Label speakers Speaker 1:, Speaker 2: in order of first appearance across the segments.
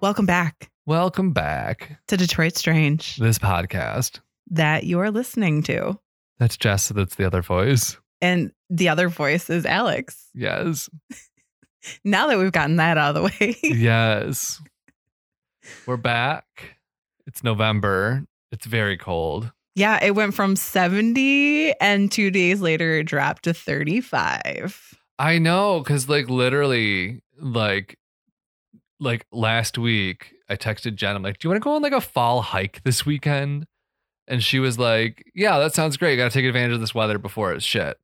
Speaker 1: Welcome back
Speaker 2: Welcome back
Speaker 1: to Detroit Strange
Speaker 2: to this podcast.
Speaker 1: that you're listening to.
Speaker 2: That's Jess. That's the other voice.
Speaker 1: And the other voice is Alex.
Speaker 2: Yes.
Speaker 1: Now that we've gotten that out of the way,
Speaker 2: Yes. We're back. It's November. It's very cold.
Speaker 1: yeah, it went from 70 and two days later it dropped to 35.
Speaker 2: I know, because like literally, like like last week, I texted Jen. I'm like, "Do you want to go on like a fall hike this weekend?" And she was like, "Yeah, that sounds great. Got to take advantage of this weather before it's shit."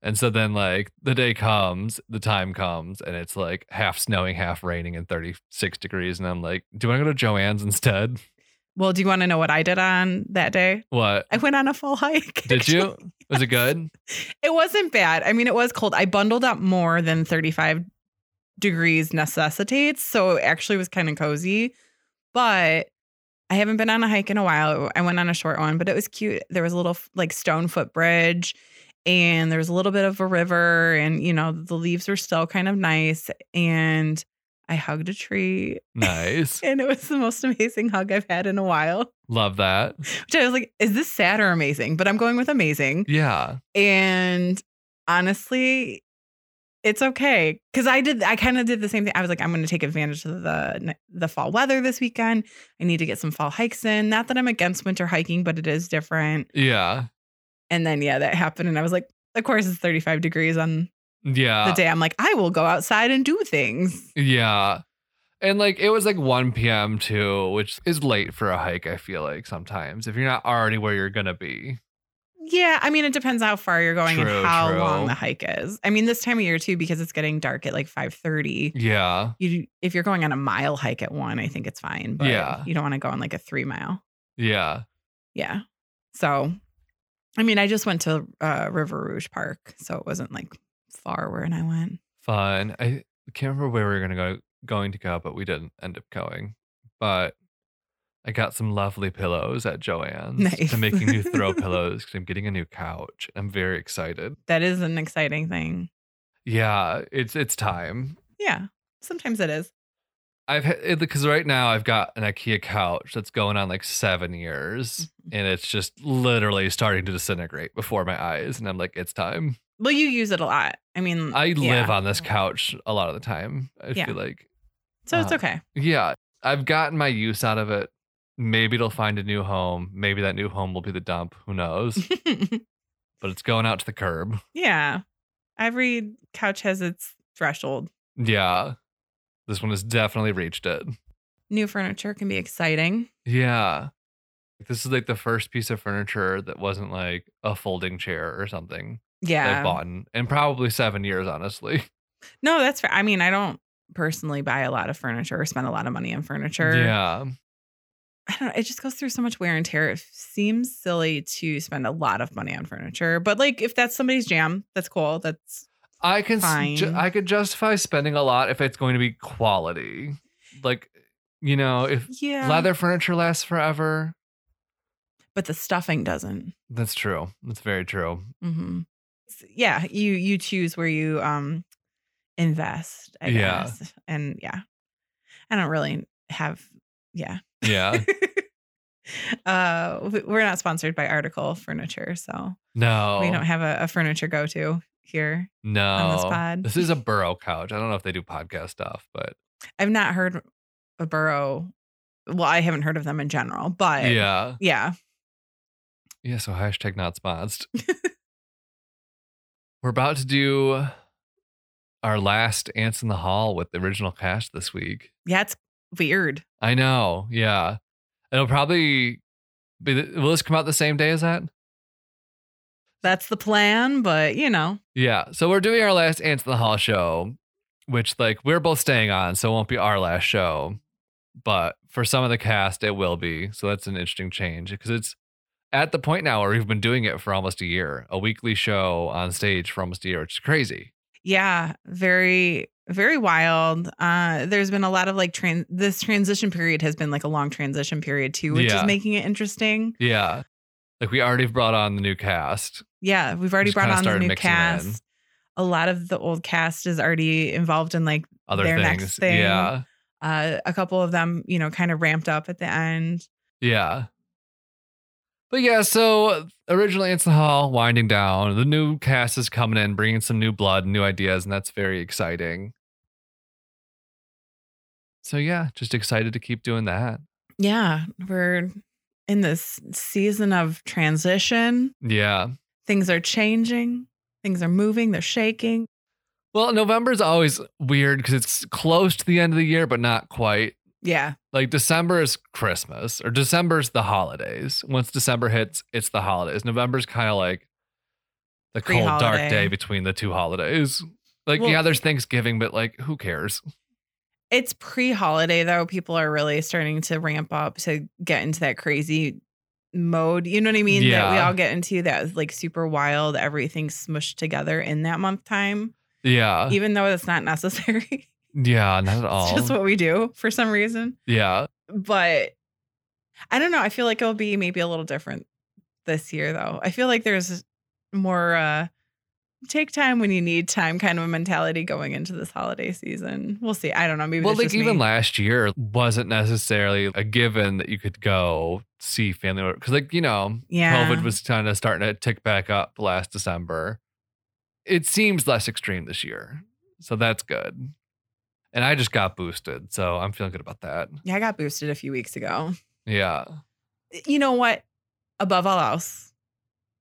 Speaker 2: And so then, like the day comes, the time comes, and it's like half snowing, half raining, and 36 degrees. And I'm like, "Do you want to go to Joanne's instead?"
Speaker 1: Well, do you want to know what I did on that day?
Speaker 2: What
Speaker 1: I went on a fall hike.
Speaker 2: did you?
Speaker 1: actually.
Speaker 2: Was it good?
Speaker 1: It wasn't bad. I mean, it was cold. I bundled up more than 35 degrees necessitates. So it actually was kind of cozy. But I haven't been on a hike in a while. I went on a short one, but it was cute. There was a little like stone footbridge and there was a little bit of a river and you know the leaves were still kind of nice and I hugged a tree
Speaker 2: Nice.
Speaker 1: and it was the most amazing hug I've had in a while.
Speaker 2: Love that.
Speaker 1: Which I was like, is this sad or amazing? But I'm going with amazing.
Speaker 2: Yeah.
Speaker 1: And honestly, it's okay because I did. I kind of did the same thing. I was like, I'm going to take advantage of the the fall weather this weekend. I need to get some fall hikes in. Not that I'm against winter hiking, but it is different.
Speaker 2: Yeah.
Speaker 1: And then yeah, that happened, and I was like, of course it's 35 degrees on
Speaker 2: Yeah.
Speaker 1: the day. I'm like, I will go outside and do things.
Speaker 2: Yeah. And like it was like 1 p.m. too, which is late for a hike, I feel like sometimes if you're not already where you're going to be.
Speaker 1: Yeah, I mean, it depends how far you're going
Speaker 2: True,
Speaker 1: and how
Speaker 2: true.
Speaker 1: long the hike is. I mean, this time of year too, because it's getting dark at like 5:30.
Speaker 2: Yeah.
Speaker 1: You, if you're going on a mile hike at one, I think it's fine. But
Speaker 2: Yeah.
Speaker 1: you don't want to go on like a three mile.
Speaker 2: Yeah.
Speaker 1: Yeah. So, I mean, I just went to uh, River Rouge Park, so it wasn't like far where and I went.
Speaker 2: Fun. I can't remember where we were going to go going to go, but we didn't end up going. But I got some lovely pillows at Joanne's.
Speaker 1: Nice.
Speaker 2: I'm making new throw pillows because I'm getting a new couch. I'm very excited.
Speaker 1: That is an exciting thing.
Speaker 2: Yeah, it's it's time.
Speaker 1: Yeah. Sometimes it is.
Speaker 2: I've because right now I've got an IKEA couch that's going on like seven years, and it's just literally starting to disintegrate before my eyes, and I'm like, it's time.
Speaker 1: Well, you use it a lot. I mean,
Speaker 2: I
Speaker 1: Mm, yeah.
Speaker 2: live on this couch a lot of the time. I
Speaker 1: Yeah.
Speaker 2: feel like,
Speaker 1: so it's
Speaker 2: uh,
Speaker 1: okay.
Speaker 2: yeah, I've gotten my use out of it. Maybe it'll find a new home. Maybe that new home will be the dump. Who knows? but it's going out to the curb.
Speaker 1: yeah. Every couch has its threshold.
Speaker 2: Yeah, this one has definitely reached it.
Speaker 1: New furniture can be exciting.
Speaker 2: Yeah. This is like the first piece of furniture that wasn't like a folding chair or something that I've
Speaker 1: Yeah.
Speaker 2: bought in, in probably seven years, honestly.
Speaker 1: No, that's fair. I mean, I don't personally buy a lot of furniture or spend a lot of money on furniture.
Speaker 2: Yeah.
Speaker 1: I don't know. It just goes through so much wear and tear. It seems silly to spend a lot of money on furniture, but like if that's somebody's jam, that's cool. That's
Speaker 2: I can s- ju-
Speaker 1: Fine.
Speaker 2: I could justify spending a lot if it's going to be quality. Like, you know, if
Speaker 1: yeah.
Speaker 2: leather furniture lasts forever.
Speaker 1: but the stuffing doesn't.
Speaker 2: That's true. That's very true.
Speaker 1: hmm Yeah, you you choose where you um invest. I
Speaker 2: Yeah.
Speaker 1: guess. and yeah, I don't really have. Yeah,
Speaker 2: Yeah.
Speaker 1: uh, we- we're not sponsored by Article Furniture, so
Speaker 2: No.
Speaker 1: we don't have a, a furniture go to here.
Speaker 2: no.
Speaker 1: this pod.
Speaker 2: This is a burrow couch. I don't know if they do podcast stuff, but
Speaker 1: I've not heard a Burrow. Well, I haven't heard of them in general, but
Speaker 2: yeah.
Speaker 1: Yeah.
Speaker 2: Yeah, so hashtag not sponsored. We're about to do our last Ants in the Hall with the original cast this week.
Speaker 1: Yeah, it's weird.
Speaker 2: I know. Yeah. It'll probably be, the- will this come out the same day as that?
Speaker 1: That's the plan, but you know.
Speaker 2: Yeah. So we're doing our last Ants in the Hall show, which like we're both staying on, so it won't be our last show. But for some of the cast, it will be. So that's an interesting change because it's at the point now where we've been doing it for almost a year, a weekly show on stage for almost a year, which is crazy.
Speaker 1: Yeah, very very wild. Uh there's been a lot of like trans this transition period has been like a long transition period too, which
Speaker 2: Yeah.
Speaker 1: is making it interesting.
Speaker 2: Yeah. Like we already brought on the new cast.
Speaker 1: Yeah, we've already
Speaker 2: Just
Speaker 1: brought
Speaker 2: kinda
Speaker 1: on the
Speaker 2: started
Speaker 1: new
Speaker 2: mixing it in.
Speaker 1: cast. A lot of the old cast is already involved in like
Speaker 2: Other
Speaker 1: Their
Speaker 2: things.
Speaker 1: next thing.
Speaker 2: Yeah.
Speaker 1: Uh, a couple of them, you know, kind of ramped up at the end.
Speaker 2: Yeah. But yeah, so originally it's the hall winding down. The new cast is coming in, bringing some new blood, new ideas, and that's very exciting. So yeah, just excited to keep doing that.
Speaker 1: Yeah, we're in this season of transition.
Speaker 2: Yeah.
Speaker 1: Things are changing, things are moving, they're shaking.
Speaker 2: Well, November's always weird because it's close to the end of the year, but not quite.
Speaker 1: Yeah.
Speaker 2: Like December is Christmas or December's the holidays. Once December hits, it's the holidays. November's kind of like the cold, dark
Speaker 1: Pre-holiday.
Speaker 2: day between the two holidays. Like,
Speaker 1: Well-
Speaker 2: yeah, there's Thanksgiving, but like, who cares?
Speaker 1: It's pre holiday, though. People are really starting to ramp up to get into that crazy mode. You know what I mean? That we
Speaker 2: Yeah.
Speaker 1: all get into that like super wild, everything smushed together in that month time,
Speaker 2: Yeah.
Speaker 1: even though it's not necessary.
Speaker 2: Yeah, not at all.
Speaker 1: it's just what we do for some reason.
Speaker 2: yeah.
Speaker 1: but I don't know. I feel like it'll be maybe a little different this year, though. I feel like there's more uh, take time when you need time kind of a mentality going into this holiday season. We'll see. I don't know. Maybe
Speaker 2: Well,
Speaker 1: that's
Speaker 2: like
Speaker 1: just
Speaker 2: even
Speaker 1: me.
Speaker 2: last year wasn't necessarily a given that you could go see family because, like you know,
Speaker 1: Yeah.
Speaker 2: COVID was kind of starting to tick back up last December. It seems less extreme this year, so that's good. And I just got boosted, so I'm feeling good about that.
Speaker 1: yeah, I got boosted a few weeks ago.
Speaker 2: Yeah,
Speaker 1: You know what? Above all else,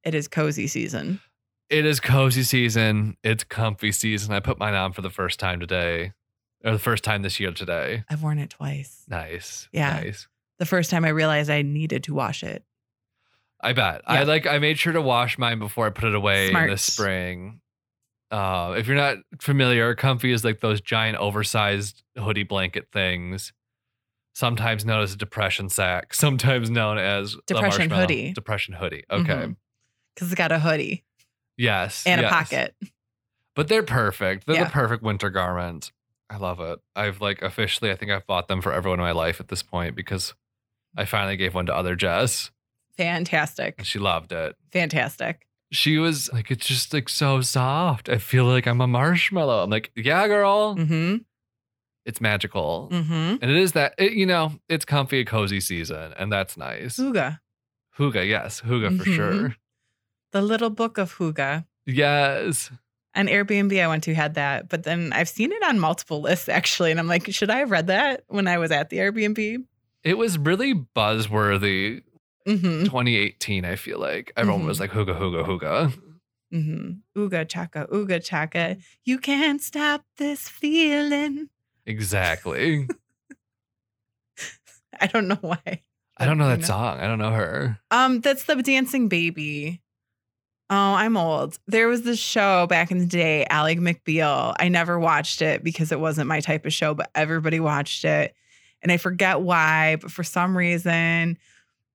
Speaker 1: it is cozy season.
Speaker 2: it is cozy season. It's comfy season. I put mine on for the first time today, or the first time this year today.
Speaker 1: I've worn it twice.
Speaker 2: Nice.
Speaker 1: Yeah.
Speaker 2: Nice.
Speaker 1: The first time I realized I needed to wash it.
Speaker 2: I bet.
Speaker 1: Yeah.
Speaker 2: I like. I made sure to wash mine before I put it away
Speaker 1: Smart.
Speaker 2: in the spring. Uh, if you're not familiar, comfy is like those giant, oversized hoodie blanket things, sometimes known as a depression sack, sometimes known as the
Speaker 1: Depression
Speaker 2: marshmallow-
Speaker 1: hoodie.
Speaker 2: Depression hoodie. Okay.
Speaker 1: Mhm. Cause it's got a hoodie
Speaker 2: Yes.
Speaker 1: and a
Speaker 2: yes.
Speaker 1: pocket.
Speaker 2: But they're perfect. They're
Speaker 1: Yeah.
Speaker 2: the perfect winter garment. I love it. I've like officially, I think I've bought them for everyone in my life at this point because I finally gave one to other Jess
Speaker 1: Fantastic.
Speaker 2: and she loved it.
Speaker 1: Fantastic.
Speaker 2: she was like, it's just like so soft. I feel like I'm a marshmallow. I'm like, yeah, girl,
Speaker 1: Mm-hmm.
Speaker 2: it's magical.
Speaker 1: Mm-hmm.
Speaker 2: And it is that, it, you know, it's comfy, a cozy season, and that's nice.
Speaker 1: Ooga.
Speaker 2: Huga, yes, Huga for
Speaker 1: Mhm.
Speaker 2: sure.
Speaker 1: The Little Book of Huga.
Speaker 2: Yes.
Speaker 1: An Airbnb I went to had that, but then I've seen it on multiple lists actually. And I'm like, should I have read that when I was at the Airbnb?
Speaker 2: It was really buzzworthy
Speaker 1: Mm
Speaker 2: 2018, I feel like. Everyone
Speaker 1: Mhm.
Speaker 2: was like, Huga, Huga, Huga.
Speaker 1: hmm. Mm hmm. Ooga chaka, ooga chaka. You can't stop this feeling.
Speaker 2: Exactly.
Speaker 1: I don't know why.
Speaker 2: I don't know
Speaker 1: You
Speaker 2: that song. I don't know her.
Speaker 1: Um, that's the dancing baby. Oh, I'm old. There was this show back in the day, Ally McBeal. I never watched it because it wasn't my type of show, but everybody watched it. And I forget why, but for some reason,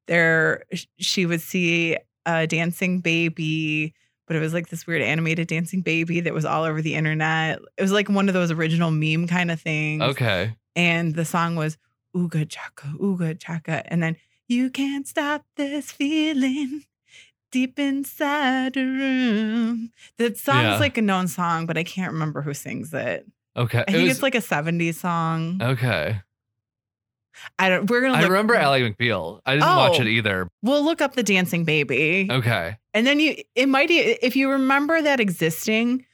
Speaker 1: there sh- she would see a dancing baby, but it was like this weird animated dancing baby that was all over the internet. It was like one of those original meme kind of things
Speaker 2: Okay.
Speaker 1: and the song was Ooga Chaka, Ooga Chaka, and then you can't stop this feeling deep inside a room. That song's
Speaker 2: Yeah.
Speaker 1: like a known song, but I can't remember who sings it.
Speaker 2: Okay.
Speaker 1: I
Speaker 2: It
Speaker 1: think
Speaker 2: was-
Speaker 1: it's like a '70s song.
Speaker 2: okay.
Speaker 1: I don't. We're gonna.
Speaker 2: I
Speaker 1: Look,
Speaker 2: remember Ally McBeal. I didn't watch
Speaker 1: mm. Oh.
Speaker 2: it either.
Speaker 1: We'll look up the dancing baby,
Speaker 2: Okay.
Speaker 1: and then you. It might e- if you remember that existing.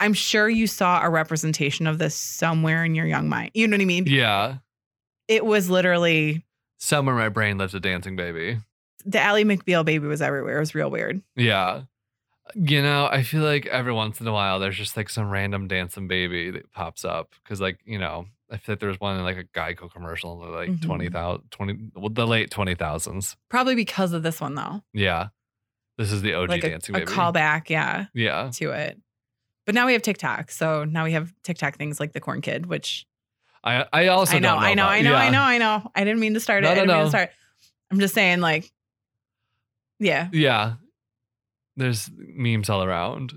Speaker 1: I'm sure you saw a representation of this somewhere in your young mind. You know what I mean?
Speaker 2: Yeah.
Speaker 1: It was literally
Speaker 2: Somewhere in my brain lives a dancing baby.
Speaker 1: the Ally McBeal baby was everywhere. It was real weird.
Speaker 2: Yeah. You know, I feel like every once in a while there's just like some random dancing baby that pops up because, like, you know, I feel like there was one in like a Geico commercial in the like
Speaker 1: Mhm.
Speaker 2: 20,000, 20, well, the late 20,000s.
Speaker 1: Probably because of this one though.
Speaker 2: Yeah. This is the OG
Speaker 1: like a,
Speaker 2: dancing
Speaker 1: a
Speaker 2: baby.
Speaker 1: callback, yeah,
Speaker 2: Yeah.
Speaker 1: to it. But now we have TikTok. So now we have TikTok things like the corn kid, which
Speaker 2: I, I also
Speaker 1: I know,
Speaker 2: don't know
Speaker 1: I know,
Speaker 2: about-
Speaker 1: I know, I
Speaker 2: yeah.
Speaker 1: know, I know. I didn't mean to start it.
Speaker 2: No, no,
Speaker 1: I didn't mean
Speaker 2: no.
Speaker 1: to start. I'm just saying, like, yeah.
Speaker 2: Yeah. There's memes all around.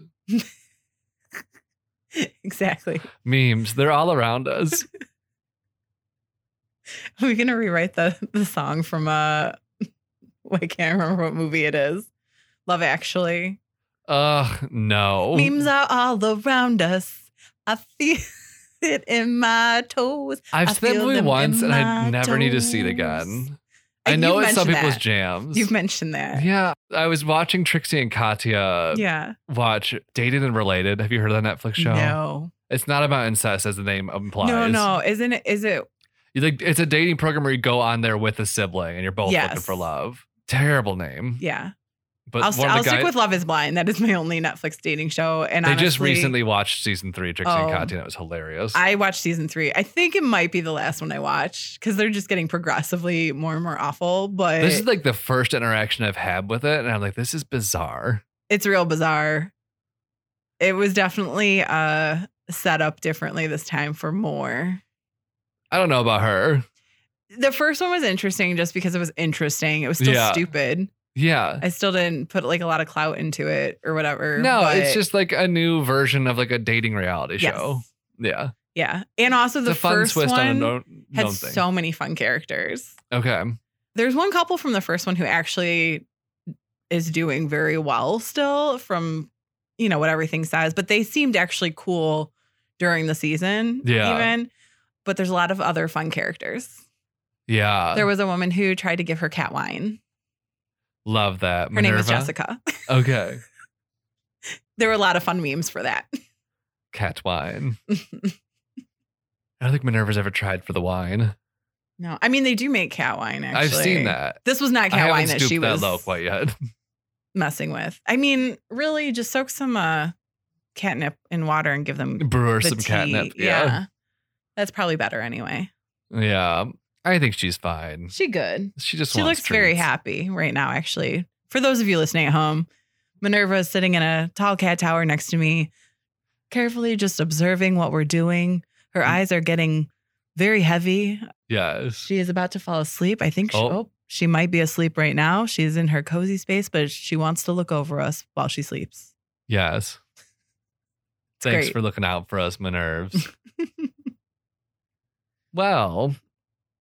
Speaker 1: Exactly.
Speaker 2: Memes. They're all around us.
Speaker 1: Are we gonna rewrite the the song from uh well, I can't remember what movie it is. Love actually.
Speaker 2: Ugh, no. Oh.
Speaker 1: Memes are all around us. I feel it in my toes.
Speaker 2: I've
Speaker 1: I
Speaker 2: slept
Speaker 1: feel
Speaker 2: with
Speaker 1: them
Speaker 2: once
Speaker 1: in
Speaker 2: and I
Speaker 1: my
Speaker 2: never need to see it
Speaker 1: toes.
Speaker 2: again.
Speaker 1: Uh,
Speaker 2: I know
Speaker 1: you've
Speaker 2: it's some
Speaker 1: mentioned
Speaker 2: people's
Speaker 1: that.
Speaker 2: jams.
Speaker 1: You've mentioned that.
Speaker 2: yeah. I was watching Trixie and Katya
Speaker 1: Yeah.
Speaker 2: watch Dated and Related. Have you heard of that Netflix show?
Speaker 1: No.
Speaker 2: It's not about incest as the name implies.
Speaker 1: No, no. Isn't it? Is it?
Speaker 2: You like it's a dating program where you go on there with a sibling and you're both
Speaker 1: Yes.
Speaker 2: looking for love. Terrible name.
Speaker 1: Yeah.
Speaker 2: But
Speaker 1: I'll,
Speaker 2: one of
Speaker 1: I'll
Speaker 2: the
Speaker 1: stick
Speaker 2: guys
Speaker 1: with Love is Blind. That is my only Netflix dating show. And
Speaker 2: they
Speaker 1: honestly,
Speaker 2: just recently watched season three, of Trixie and
Speaker 1: Oh.
Speaker 2: Katya, and it was hilarious.
Speaker 1: I watched season three. I think it might be the last one I watch because they're just getting progressively more and more awful. But
Speaker 2: this is like the first interaction I've had with it, and I'm like, this is bizarre.
Speaker 1: it's real bizarre. It was definitely uh, set up differently this time for more.
Speaker 2: I don't know about her.
Speaker 1: The first one was interesting just because it was interesting. It was still
Speaker 2: Yeah.
Speaker 1: stupid.
Speaker 2: Yeah.
Speaker 1: I still didn't put like a lot of clout into it or whatever.
Speaker 2: No,
Speaker 1: but-
Speaker 2: it's just like a new version of like a dating reality
Speaker 1: Yes.
Speaker 2: show. Yeah.
Speaker 1: yeah. And also
Speaker 2: It's
Speaker 1: the
Speaker 2: a fun
Speaker 1: first
Speaker 2: twist on a
Speaker 1: one
Speaker 2: known,
Speaker 1: had
Speaker 2: known thing.
Speaker 1: so many fun characters.
Speaker 2: okay.
Speaker 1: There's one couple from the first one who actually is doing very well still from you know what everything says, but they seemed actually cool during the season.
Speaker 2: Yeah.
Speaker 1: Even. But there's a lot of other fun characters.
Speaker 2: Yeah.
Speaker 1: there was a woman who tried to give her cat wine.
Speaker 2: Love that.
Speaker 1: Her name was Jessica.
Speaker 2: Okay.
Speaker 1: there were a lot of fun memes for that.
Speaker 2: Cat wine. I don't think Minerva's ever tried for the wine.
Speaker 1: no, I mean they do make cat wine. Actually,
Speaker 2: I've seen that.
Speaker 1: This was not
Speaker 2: I
Speaker 1: cat
Speaker 2: haven't
Speaker 1: wine that
Speaker 2: stooped
Speaker 1: she
Speaker 2: that
Speaker 1: was
Speaker 2: low quite yet.
Speaker 1: messing with. I mean, really, just soak some uh, catnip in water and give them
Speaker 2: Brew her
Speaker 1: the
Speaker 2: some
Speaker 1: tea.
Speaker 2: catnip. Yeah.
Speaker 1: that's probably better anyway.
Speaker 2: yeah. I think she's fine.
Speaker 1: She good.
Speaker 2: She just
Speaker 1: She
Speaker 2: wants
Speaker 1: looks very
Speaker 2: treats.
Speaker 1: happy right now. Actually, for those of you listening at home, Minerva is sitting in a tall cat tower next to me, carefully just observing what we're doing.
Speaker 2: Mm.
Speaker 1: Her eyes are getting very heavy.
Speaker 2: Yes.
Speaker 1: She is about to fall asleep. I think she,
Speaker 2: Oh.
Speaker 1: oh. she might be asleep right now. She's in her cozy space, but she wants to look over us while she sleeps.
Speaker 2: Yes. Thanks
Speaker 1: great.
Speaker 2: for looking out for us, Minerves. well,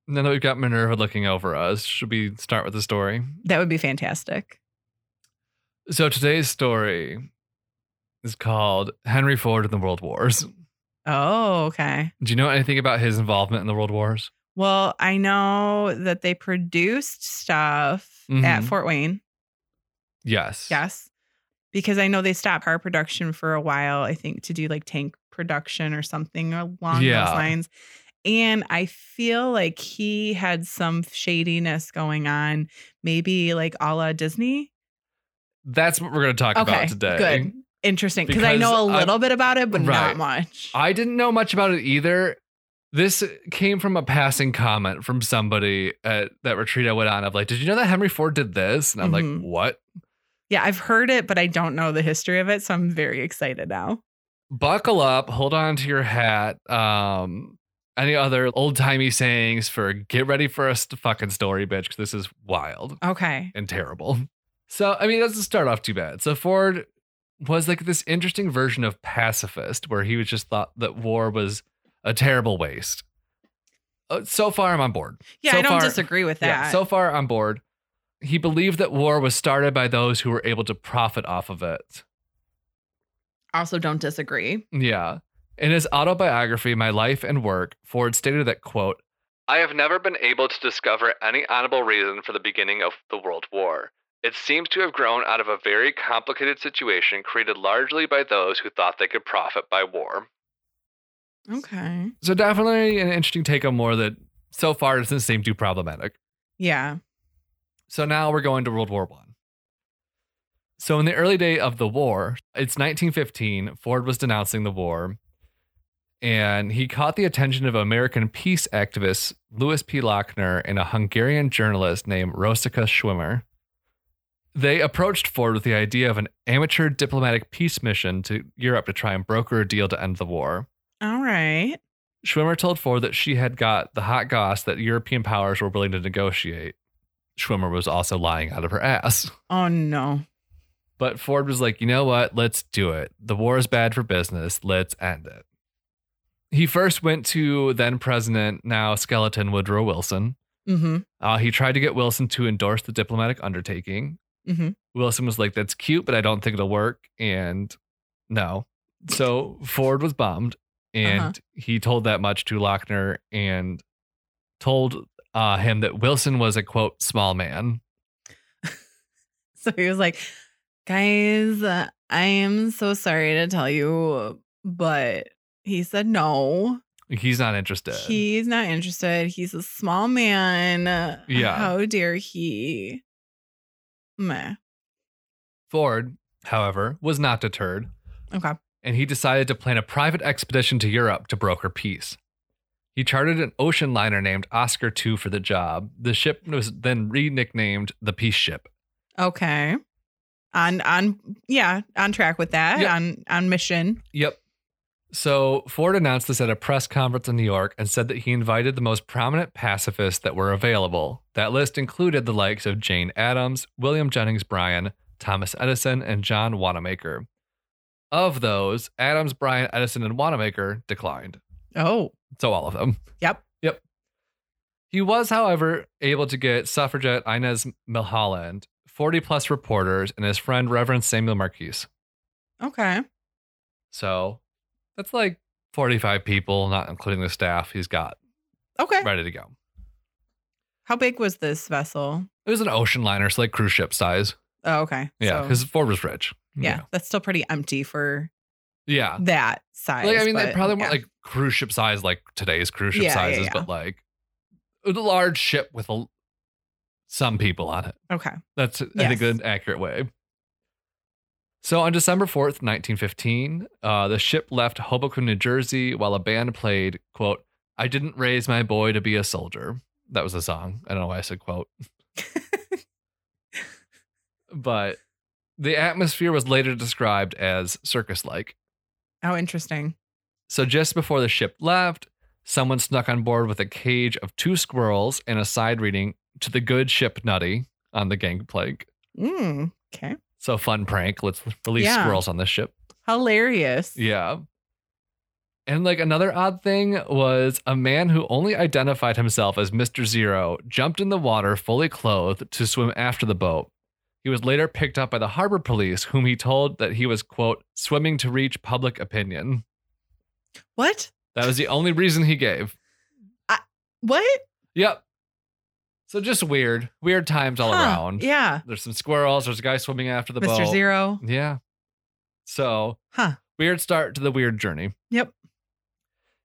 Speaker 2: now that we've got Minerva looking over us, should we start with the story?
Speaker 1: That would be fantastic.
Speaker 2: So today's story is called Henry Ford in the World Wars.
Speaker 1: Oh, okay.
Speaker 2: Do you know anything about his involvement in the World Wars?
Speaker 1: Well, I know that they produced stuff at
Speaker 2: Mhm.
Speaker 1: Fort Wayne.
Speaker 2: Yes.
Speaker 1: Yes. Because I know they stopped car production for a while, I think, to do like tank production or something along
Speaker 2: Yeah.
Speaker 1: those lines. And I feel like he had some shadiness going on, maybe like a la Disney.
Speaker 2: That's what we're going to talk
Speaker 1: Okay.
Speaker 2: about today.
Speaker 1: Good. Interesting. Because I
Speaker 2: Because
Speaker 1: know a
Speaker 2: I-
Speaker 1: little bit about it, but
Speaker 2: Right.
Speaker 1: not much.
Speaker 2: I didn't know much about it either. This came from a passing comment from somebody at that retreat I went on of like, did you know that Henry Ford did this? And I'm
Speaker 1: Mhm.
Speaker 2: like, what?
Speaker 1: yeah, I've heard it, but I don't know the history of it. So I'm very excited now.
Speaker 2: buckle up, hold on to your hat. Um, any other old timey sayings for get ready for a st- fucking story, bitch, because this is wild
Speaker 1: Okay.
Speaker 2: and terrible. So, I mean, it doesn't start off too bad. So, Ford was like this interesting version of pacifist where he was just thought that war was a terrible waste. Uh, so far, I'm on board.
Speaker 1: Yeah,
Speaker 2: So
Speaker 1: I don't
Speaker 2: far-
Speaker 1: disagree with that.
Speaker 2: Yeah, so far on board. He believed that war was started by those who were able to profit off of it.
Speaker 1: also, don't disagree.
Speaker 2: Yeah. In his autobiography, My Life and Work, Ford stated that, quote, I have never been able to discover any honorable reason for the beginning of the World War. It seems to have grown out of a very complicated situation created largely by those who thought they could profit by war.
Speaker 1: Okay.
Speaker 2: So, definitely an interesting take on war that so far doesn't seem too problematic.
Speaker 1: Yeah.
Speaker 2: So now we're going to World War One. So in the early day of the war, it's 1915. Ford was denouncing the war, and he caught the attention of American peace activist Louis P. Lochner and a Hungarian journalist named Rosica Schwimmer. They approached Ford with the idea of an amateur diplomatic peace mission to Europe to try and broker a deal to end the war.
Speaker 1: All right.
Speaker 2: Schwimmer told Ford that she had got the hot goss that European powers were willing to negotiate. Schwimmer was also lying out of her ass.
Speaker 1: Oh, no.
Speaker 2: But Ford was like, you know what? Let's do it. The war is bad for business. Let's end it. He first went to then president, now skeleton Woodrow Wilson.
Speaker 1: Mm-hmm.
Speaker 2: Uh, he tried to get Wilson to endorse the diplomatic undertaking.
Speaker 1: Mhm.
Speaker 2: Wilson was like, that's cute, but I don't think it'll work. And no. So Ford was bombed. and
Speaker 1: Uh-huh.
Speaker 2: he told that much to Lochner and told uh, him that Wilson was a quote small man.
Speaker 1: So he was like, guys, uh, I am so sorry to tell you, but he said no.
Speaker 2: He's not interested.
Speaker 1: He's not interested. He's a small man.
Speaker 2: Yeah.
Speaker 1: How dare he? Meh.
Speaker 2: Ford, however, was not deterred,
Speaker 1: Okay.
Speaker 2: and he decided to plan a private expedition to Europe to broker peace. He chartered an ocean liner named Oscar II for the job. The ship was then re-nicknamed the Peace Ship.
Speaker 1: Okay. On on yeah, on track with that.
Speaker 2: Yeah.
Speaker 1: On on mission.
Speaker 2: Yep. So Ford announced this at a press conference in New York and said that he invited the most prominent pacifists that were available. That list included the likes of Jane Addams, William Jennings Bryan, Thomas Edison, and John Wanamaker. Of those, Adams, Bryan, Edison, and Wanamaker declined.
Speaker 1: Oh.
Speaker 2: So all of them.
Speaker 1: Yep.
Speaker 2: Yep. He was, however, able to get suffragette Inez Milholland, 40 plus reporters, and his friend Reverend Samuel Marquise.
Speaker 1: Okay.
Speaker 2: So that's like 45 people, not including the staff he's got
Speaker 1: Okay.
Speaker 2: ready to go.
Speaker 1: How big was this vessel?
Speaker 2: It was an ocean liner, so like cruise ship size.
Speaker 1: Oh, okay.
Speaker 2: Yeah,
Speaker 1: So,
Speaker 2: because Ford was rich.
Speaker 1: yeah, that's still pretty empty for
Speaker 2: Yeah.
Speaker 1: that size.
Speaker 2: Like, I mean, they
Speaker 1: but
Speaker 2: probably
Speaker 1: yeah.
Speaker 2: weren't like cruise ship size, like today's cruise ship
Speaker 1: Yeah, yeah,
Speaker 2: sizes,
Speaker 1: yeah.
Speaker 2: but like a large ship with a, some people on it.
Speaker 1: Okay.
Speaker 2: That's, I think,
Speaker 1: Yes.
Speaker 2: an accurate way. So on December 4th, 1915, uh, the ship left Hoboken, New Jersey, while a band played, quote, I didn't raise my boy to be a soldier. That was a song. I don't know why I said quote. but the atmosphere was later described as circus like.
Speaker 1: Oh, interesting.
Speaker 2: So just before the ship left, someone snuck on board with a cage of two squirrels and a side reading to the good ship Nutty on the gangplank.
Speaker 1: Mm, okay.
Speaker 2: So fun prank. Let's release
Speaker 1: Yeah.
Speaker 2: squirrels on the ship.
Speaker 1: Hilarious.
Speaker 2: Yeah. And like another odd thing was a man who only identified himself as Mr. Zero jumped in the water fully clothed to swim after the boat. He was later picked up by the harbor police, whom he told that he was, quote, swimming to reach public opinion.
Speaker 1: What?
Speaker 2: That was the only reason he gave.
Speaker 1: What?
Speaker 2: Yep. So just weird, weird times all
Speaker 1: Huh.
Speaker 2: around.
Speaker 1: Yeah.
Speaker 2: There's some squirrels, there's a guy swimming after the
Speaker 1: Mr.
Speaker 2: boat.
Speaker 1: Zero.
Speaker 2: Yeah. So
Speaker 1: Huh.
Speaker 2: Weird start to the weird journey.
Speaker 1: Yep.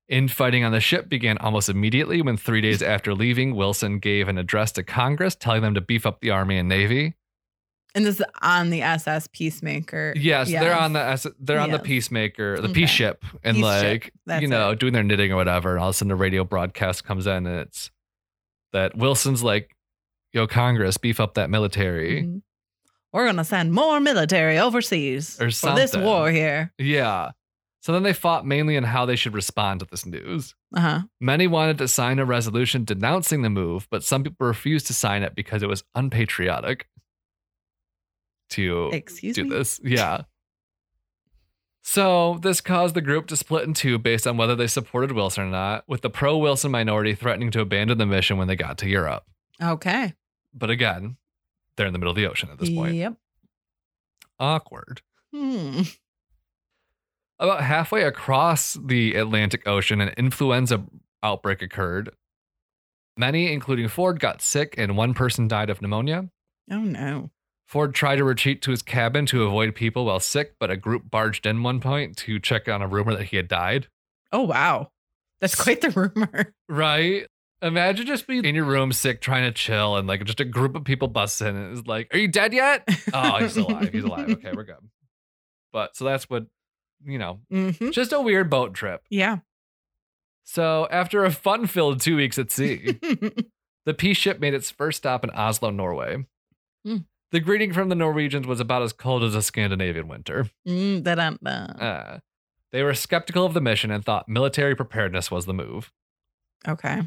Speaker 2: Infighting on the ship began almost immediately when three days after leaving, Wilson gave an address to Congress telling them to beef up the Army and Navy.
Speaker 1: And this is on the SS Peacemaker.
Speaker 2: Yes, they're on the S- they're on the
Speaker 1: Yes.
Speaker 2: peacemaker, the peace
Speaker 1: Okay.
Speaker 2: ship, and
Speaker 1: Peace ship.
Speaker 2: like
Speaker 1: That's
Speaker 2: you know, doing their knitting or whatever. And all of a sudden, the radio broadcast comes in, and it's that Wilson's like, "Yo, Congress, beef up that military."
Speaker 1: Mhm. We're gonna send more military overseas
Speaker 2: Or
Speaker 1: for this
Speaker 2: something.
Speaker 1: war here.
Speaker 2: Yeah. So then they fought mainly on how they should respond to this news.
Speaker 1: Uh huh.
Speaker 2: Many wanted to sign a resolution denouncing the move, but some people refused to sign it because it was unpatriotic to
Speaker 1: Excuse
Speaker 2: do
Speaker 1: me.
Speaker 2: this. Yeah. So this caused the group to split in two based on whether they supported Wilson or not, with the pro Wilson minority threatening to abandon the mission when they got to Europe.
Speaker 1: Okay.
Speaker 2: But again, they're in the middle of the ocean at this point.
Speaker 1: Yep.
Speaker 2: Awkward.
Speaker 1: Hmm.
Speaker 2: About halfway across the Atlantic Ocean, an influenza outbreak occurred. Many, including Ford, got sick and one person died of pneumonia.
Speaker 1: Oh no.
Speaker 2: Ford tried to retreat to his cabin to avoid people while sick, but a group barged in one point to check on a rumor that he had died.
Speaker 1: Oh wow. That's quite the rumor.
Speaker 2: Right? Imagine just being in your room sick, trying to chill, and like just a group of people bust in and is like, Are you dead yet? Oh, he's alive. He's alive. Okay, we're good. But so that's what, you know,
Speaker 1: hmm
Speaker 2: just a weird boat trip.
Speaker 1: Yeah.
Speaker 2: So, after a fun filled two weeks at sea, the peace ship made its first stop in Oslo, Norway.
Speaker 1: Hmm.
Speaker 2: The greeting from the Norwegians was about as cold as a Scandinavian winter.
Speaker 1: Mm, da-dum-dum.
Speaker 2: Uh, they were skeptical of the mission and thought military preparedness was the move.
Speaker 1: okay.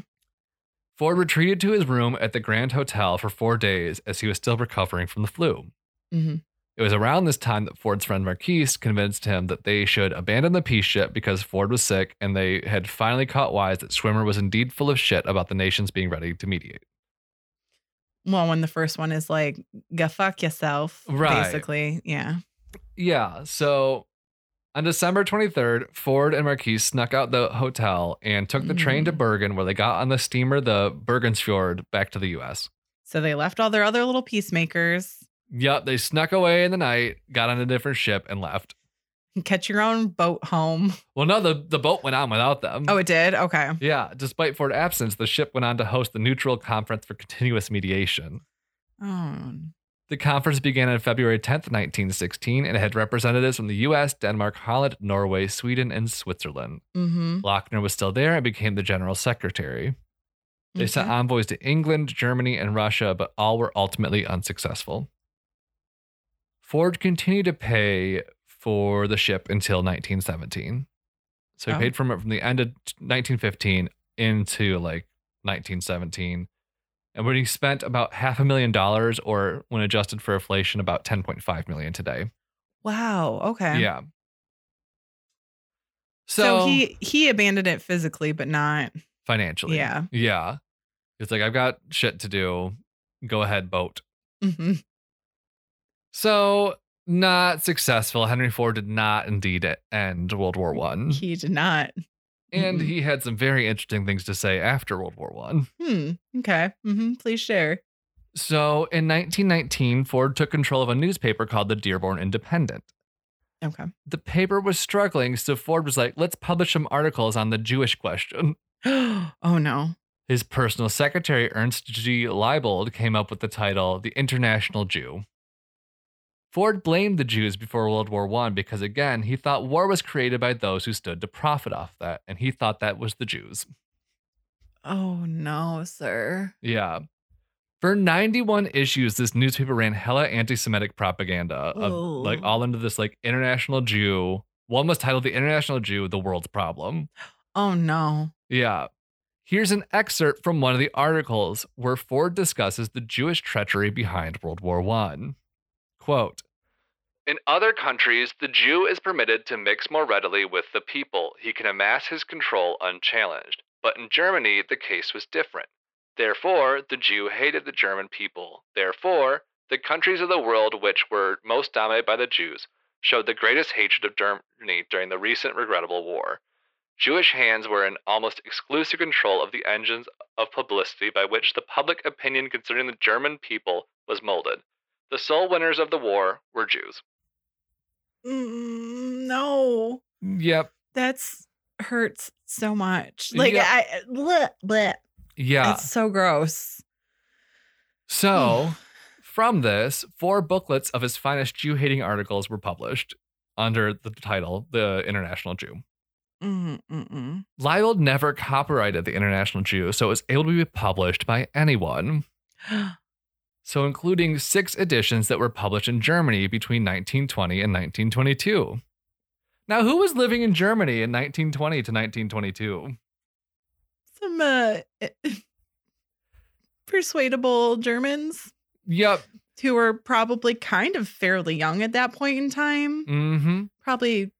Speaker 2: Ford retreated to his room at the Grand Hotel for four days as he was still recovering from the flu.
Speaker 1: hmm
Speaker 2: It was around this time that Ford's friend Marquise convinced him that they should abandon the peace ship because Ford was sick and they had finally caught wise that Swimmer was indeed full of shit about the nations being ready to mediate.
Speaker 1: Well, when the first one is like, go fuck yourself,
Speaker 2: Right.
Speaker 1: basically. Yeah.
Speaker 2: Yeah. So On December 23rd, Ford and Marquis snuck out the hotel and took the train to
Speaker 1: Mhm.
Speaker 2: Bergen, where they got on the steamer, the Bergensfjord, back to the U.S.
Speaker 1: So they left all their other little peacemakers.
Speaker 2: Yep, they snuck away in the night, got on a different ship, and left.
Speaker 1: Catch your own boat home.
Speaker 2: Well, no, the, the boat went on without them.
Speaker 1: Oh, it did? Okay.
Speaker 2: Yeah, despite Ford's absence, the ship went on to host the Neutral Conference for Continuous Mediation.
Speaker 1: Oh.
Speaker 2: The conference began on February 10th, 1916, and it had representatives from the US, Denmark, Holland, Norway, Sweden, and Switzerland.
Speaker 1: Mm-hmm.
Speaker 2: Lochner was still there and became the general secretary. They
Speaker 1: Mm-hmm.
Speaker 2: sent envoys to England, Germany, and Russia, but all were ultimately unsuccessful. Ford continued to pay for the ship until 1917. So he
Speaker 1: Oh.
Speaker 2: paid from it from the end of 1915 into like 1917. And when he spent about half a million dollars, or when adjusted for inflation, about 10.5 million today.
Speaker 1: Wow. Okay.
Speaker 2: Yeah.
Speaker 1: So, he he abandoned it physically, but not.
Speaker 2: financially.
Speaker 1: Yeah.
Speaker 2: Yeah. It's like, I've got shit to do. Go ahead, boat.
Speaker 1: hmm
Speaker 2: So not successful. Henry Ford did not indeed e, end World War One.
Speaker 1: He did not.
Speaker 2: And
Speaker 1: Mm-mm.
Speaker 2: he had some very interesting things to say after World War One.
Speaker 1: Hmm. Okay. hmm Please share.
Speaker 2: So in 1919, Ford took control of a newspaper called the Dearborn Independent.
Speaker 1: Okay.
Speaker 2: The paper was struggling, so Ford was like, let's publish some articles on the Jewish question.
Speaker 1: oh no.
Speaker 2: His personal secretary, Ernst G. Leibold, came up with the title The International Jew. Ford blamed the Jews before World War I because, again, he thought war was created by those who stood to profit off that, and he thought that was the Jews.
Speaker 1: Oh no, sir.
Speaker 2: Yeah. For 91 issues, this newspaper ran hella anti Semitic propaganda, of,
Speaker 1: Oh.
Speaker 2: like all into this like international Jew. One was titled The International Jew, The World's Problem.
Speaker 1: Oh no.
Speaker 2: Yeah. Here's an excerpt from one of the articles where Ford discusses the Jewish treachery behind World War One. Quote In other countries, the Jew is permitted to mix more readily with the people. He can amass his control unchallenged. But in Germany, the case was different. Therefore, the Jew hated the German people. Therefore, the countries of the world which were most dominated by the Jews showed the greatest hatred of Germany during the recent regrettable war. Jewish hands were in almost exclusive control of the engines of publicity by which the public opinion concerning the German people was molded. The sole winners of the war were Jews.
Speaker 1: Mm, no.
Speaker 2: Mm, Yep.
Speaker 1: That's hurts so much. Like
Speaker 2: Yeah.
Speaker 1: I bleh, bleh.
Speaker 2: Yeah.
Speaker 1: It's hmm. so gross.
Speaker 2: so, from this, four booklets of his finest Jew hating articles were published under the title The International Jew.
Speaker 1: Mm, mm, mm.
Speaker 2: Leibold never copyrighted The International Jew, so it was able to be published by anyone.
Speaker 1: mm.
Speaker 2: So, including six editions that were published in Germany between 1920 and 1922. Now, who was living in Germany in 1920 to 1922?
Speaker 1: Some uh, persuadable Germans
Speaker 2: Yep.
Speaker 1: who were probably kind of fairly young at that point in time,
Speaker 2: Mm-hmm.
Speaker 1: probably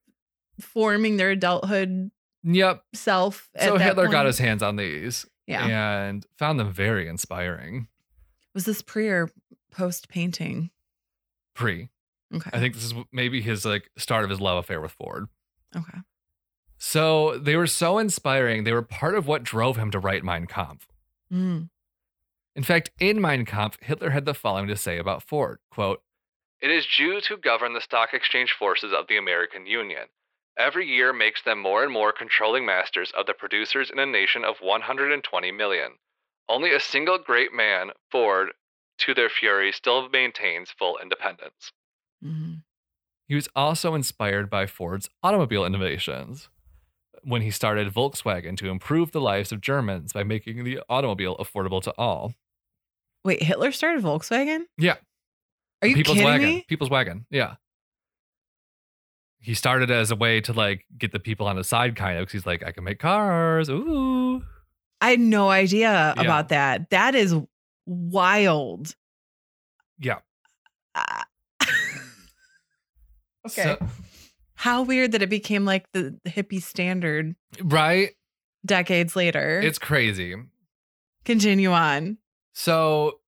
Speaker 1: forming their adulthood
Speaker 2: Yep.
Speaker 1: self. at
Speaker 2: So
Speaker 1: that
Speaker 2: Hitler got
Speaker 1: point.
Speaker 2: his hands on these
Speaker 1: Yeah.
Speaker 2: and found them very inspiring.
Speaker 1: Was this pre or post painting?
Speaker 2: Pre.
Speaker 1: Okay.
Speaker 2: I think this is maybe his like start of his love affair with Ford.
Speaker 1: Okay.
Speaker 2: So they were so inspiring. They were part of what drove him to write Mein Kampf.
Speaker 1: Mm.
Speaker 2: In fact, in Mein Kampf, Hitler had the following to say about Ford quote, It is Jews who govern the stock exchange forces of the American Union. Every year makes them more and more controlling masters of the producers in a nation of 120 million. Only a single great man, Ford, to their fury, still maintains full independence.
Speaker 1: Mm.
Speaker 2: He was also inspired by Ford's automobile innovations when he started Volkswagen to improve the lives of Germans by making the automobile affordable to all.
Speaker 1: Wait, Hitler started Volkswagen?
Speaker 2: Yeah.
Speaker 1: Are you
Speaker 2: people's
Speaker 1: kidding
Speaker 2: wagon
Speaker 1: me?
Speaker 2: people's wagon yeah he started as a way to like get the people on his side kind of because he's like i can make cars ooh
Speaker 1: I had no idea
Speaker 2: Yeah.
Speaker 1: about that. That is wild.
Speaker 2: Yeah.
Speaker 1: Ah. okay.
Speaker 2: So-
Speaker 1: How weird that it became like the, the hippie standard
Speaker 2: right
Speaker 1: decades later.
Speaker 2: it's crazy
Speaker 1: Continue on.
Speaker 2: so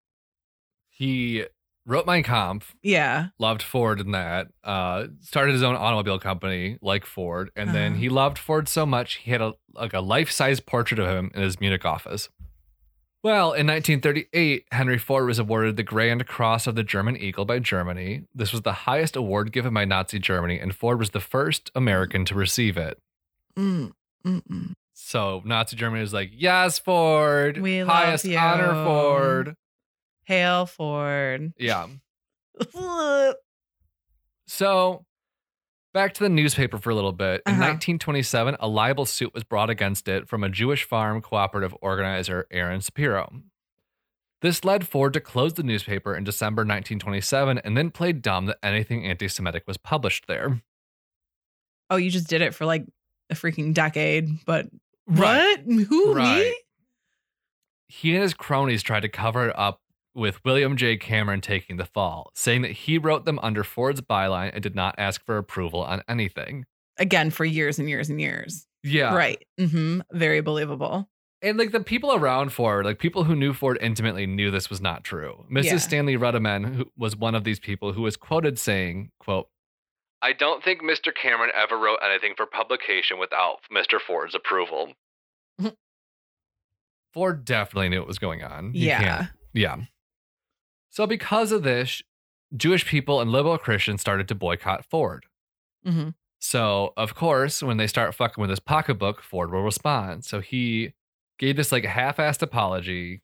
Speaker 2: he wrote Mein Kampf,
Speaker 1: Yeah.
Speaker 2: loved Ford in that, uh, started his own automobile company like Ford, and then
Speaker 1: Uh-huh.
Speaker 2: he loved Ford so much he had a like a life size portrait of him in his Munich office. Well, in 1938, Henry Ford was awarded the Grand Cross of the German Eagle by Germany. This was the highest award given by Nazi Germany, and Ford was the first American to receive it.
Speaker 1: Mm, mm-mm.
Speaker 2: So Nazi Germany was like, "Yes, Ford,
Speaker 1: We love
Speaker 2: highest
Speaker 1: you."
Speaker 2: honor, Ford."
Speaker 1: Hail Ford.
Speaker 2: Yeah. So back to the newspaper for a little bit. In
Speaker 1: Uh-huh.
Speaker 2: 1927, a libel suit was brought against it from a Jewish farm cooperative organizer, Aaron Shapiro. This led Ford to close the newspaper in December 1927 and then played dumb that anything anti Semitic was published there.
Speaker 1: oh, you just did it for like a freaking decade, but what? Who
Speaker 2: Right.
Speaker 1: me?
Speaker 2: He and his cronies tried to cover it up with William J. Cameron taking the fall, saying that he wrote them under Ford's byline and did not ask for approval on anything.
Speaker 1: Again for years and years and years.
Speaker 2: Yeah.
Speaker 1: Right. Mm-hmm. Very believable.
Speaker 2: And like the people around Ford, like people who knew Ford intimately, knew this was not true. Mrs.
Speaker 1: Yeah.
Speaker 2: Stanley Rudiman who was one of these people who was quoted saying, "quote I don't think Mr. Cameron ever wrote anything for publication without Mr. Ford's approval." Ford definitely knew what was going on. You
Speaker 1: yeah.
Speaker 2: can't- yeah. So because of this, Jewish people and liberal Christians started to boycott Ford.
Speaker 1: Mm-hmm.
Speaker 2: So, of course, when they start fucking with his pocketbook, Ford will respond. So he gave this like half-assed apology.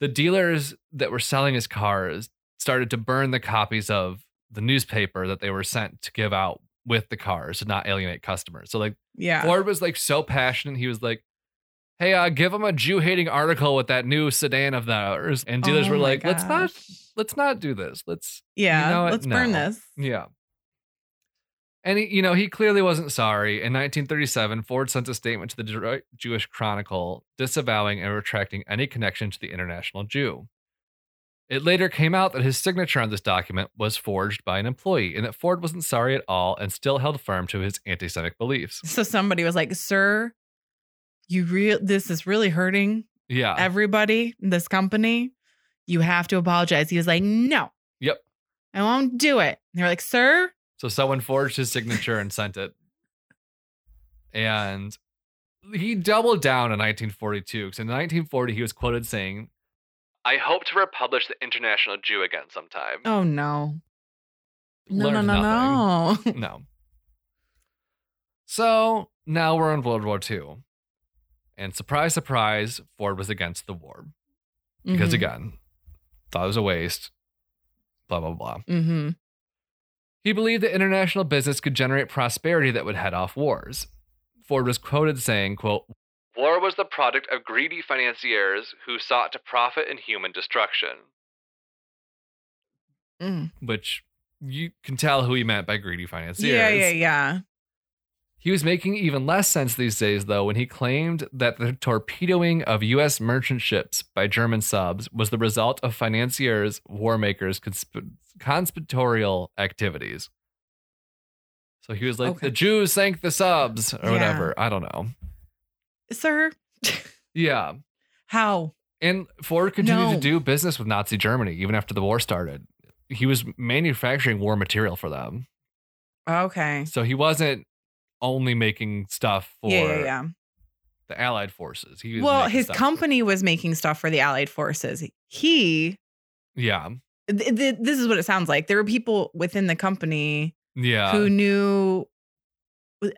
Speaker 2: The dealers that were selling his cars started to burn the copies of the newspaper that they were sent to give out with the cars to not alienate customers. So like
Speaker 1: Yeah.
Speaker 2: Ford was like so passionate, he was like, "Hey, uh, give him a Jew-hating article with that new sedan of theirs." And dealers
Speaker 1: Oh
Speaker 2: were
Speaker 1: my
Speaker 2: like, "Let's not,
Speaker 1: gosh.
Speaker 2: let's not do this. Let's
Speaker 1: Yeah.
Speaker 2: know what?
Speaker 1: Let's burn
Speaker 2: No.
Speaker 1: this.
Speaker 2: yeah. And, he, you know, he clearly wasn't sorry. In 1937, Ford sent a statement to the Detroit Jewish Chronicle disavowing and retracting any connection to the international Jew. It later came out that his signature on this document was forged by an employee and that Ford wasn't sorry at all and still held firm to his anti Semitic beliefs.
Speaker 1: So somebody was like, "Sir, you real this is really hurting
Speaker 2: Yeah.
Speaker 1: everybody in this company. You have to apologize." He was like, "No."
Speaker 2: Yep.
Speaker 1: I won't do it. And they were like, "Sir,
Speaker 2: So someone forged his signature and sent it. And he doubled down in 1942 because in 1940 he was quoted saying, "I hope to republish the International Jew again sometime."
Speaker 1: oh no, no,
Speaker 2: Learned
Speaker 1: no,
Speaker 2: nothing.
Speaker 1: no, no."
Speaker 2: No. So now we're in World War II, and surprise, surprise, Ford was against the war because
Speaker 1: Mm-hmm.
Speaker 2: again, thought it was a waste. Blah blah blah.
Speaker 1: hmm
Speaker 2: He believed that international business could generate prosperity that would head off wars. Ford was quoted saying, quote, War was the product of greedy financiers who sought to profit in human destruction.
Speaker 1: Mm.
Speaker 2: Which you can tell who he meant by greedy financiers.
Speaker 1: yeah, yeah, yeah.
Speaker 2: He was making even less sense these days, though, when he claimed that the torpedoing of U.S. merchant ships by German subs was the result of financiers, war makers, consp- conspiratorial activities. So he was like,
Speaker 1: Okay.
Speaker 2: the Jews sank the subs or
Speaker 1: Yeah.
Speaker 2: whatever. I don't know.
Speaker 1: Sir,
Speaker 2: Yeah.
Speaker 1: how?
Speaker 2: And Ford continued to
Speaker 1: No.
Speaker 2: do business with Nazi Germany even after the war started. He was manufacturing war material for them.
Speaker 1: Okay.
Speaker 2: So he wasn't only making stuff for
Speaker 1: Mm-hmm. yeah, yeah, yeah.
Speaker 2: the Allied forces. He was
Speaker 1: Well,
Speaker 2: making
Speaker 1: his
Speaker 2: stuff-
Speaker 1: company was making stuff for the Allied forces. He,
Speaker 2: Yeah,
Speaker 1: th- th- this is what it sounds like. There were people within the company
Speaker 2: yeah,
Speaker 1: who knew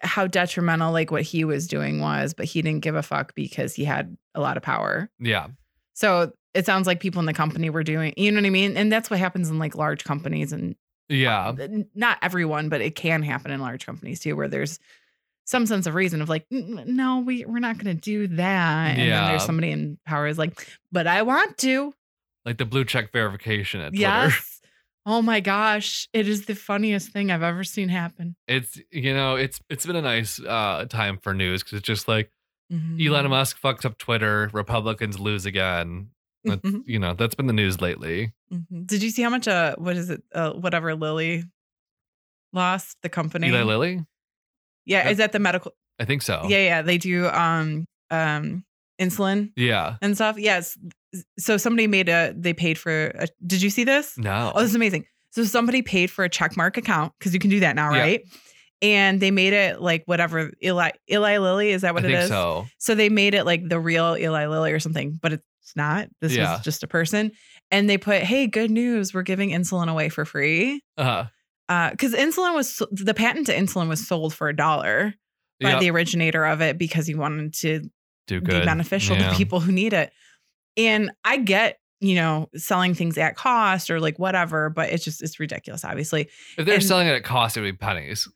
Speaker 1: how detrimental like what he was doing was, but he didn't give a fuck because he had a lot of power.
Speaker 2: yeah,
Speaker 1: So it sounds like people in the company were doing, you know what I mean? And that's what happens in like large companies and
Speaker 2: yeah,
Speaker 1: n- not everyone, but it can happen in large companies too, where there's some sense of reason of like, "N- no, we we're not going to do that. And then
Speaker 2: Yeah.
Speaker 1: there's somebody in power is like, but I want to.
Speaker 2: like the blue check verification at Twitter.
Speaker 1: Yes. Oh my gosh, it is the funniest thing I've ever seen happen.
Speaker 2: It's you know, it's it's been a nice uh time for news because it's just like
Speaker 1: Mhm.
Speaker 2: Elon Musk fucks up Twitter, Republicans lose again. That's,
Speaker 1: Mhm.
Speaker 2: you know, that's been the news lately.
Speaker 1: Mhm. Did you see how much uh what is it uh, whatever Lily lost the company?
Speaker 2: Eli Lilly, Oh.
Speaker 1: yeah,
Speaker 2: That-
Speaker 1: is that the medical?
Speaker 2: I think so.
Speaker 1: Yeah, yeah, they do um um insulin
Speaker 2: Yeah.
Speaker 1: and stuff. Yes. So somebody made a, they paid for a, did you see this?
Speaker 2: No.
Speaker 1: Oh, this is amazing. So somebody paid for a checkmark account because you can do that now,
Speaker 2: Yeah.
Speaker 1: right? And they made it like whatever Eli Eli Lilly is that what
Speaker 2: I
Speaker 1: it is?
Speaker 2: think so.
Speaker 1: So they made it like the real Eli Lilly or something, but it's not. This
Speaker 2: Yeah.
Speaker 1: was just a person, and they put, "Hey, good news! We're giving insulin away for free."
Speaker 2: Uh,
Speaker 1: Because insulin was so- the patent to insulin was sold for a dollar by
Speaker 2: yeah.
Speaker 1: the originator of it because he wanted to
Speaker 2: Do
Speaker 1: be
Speaker 2: good.
Speaker 1: beneficial
Speaker 2: Yeah.
Speaker 1: to people who need it. And I get, you know, selling things at cost or like whatever, but it's just it's ridiculous, obviously.
Speaker 2: If they're
Speaker 1: and-
Speaker 2: selling it at cost, it would be pennies.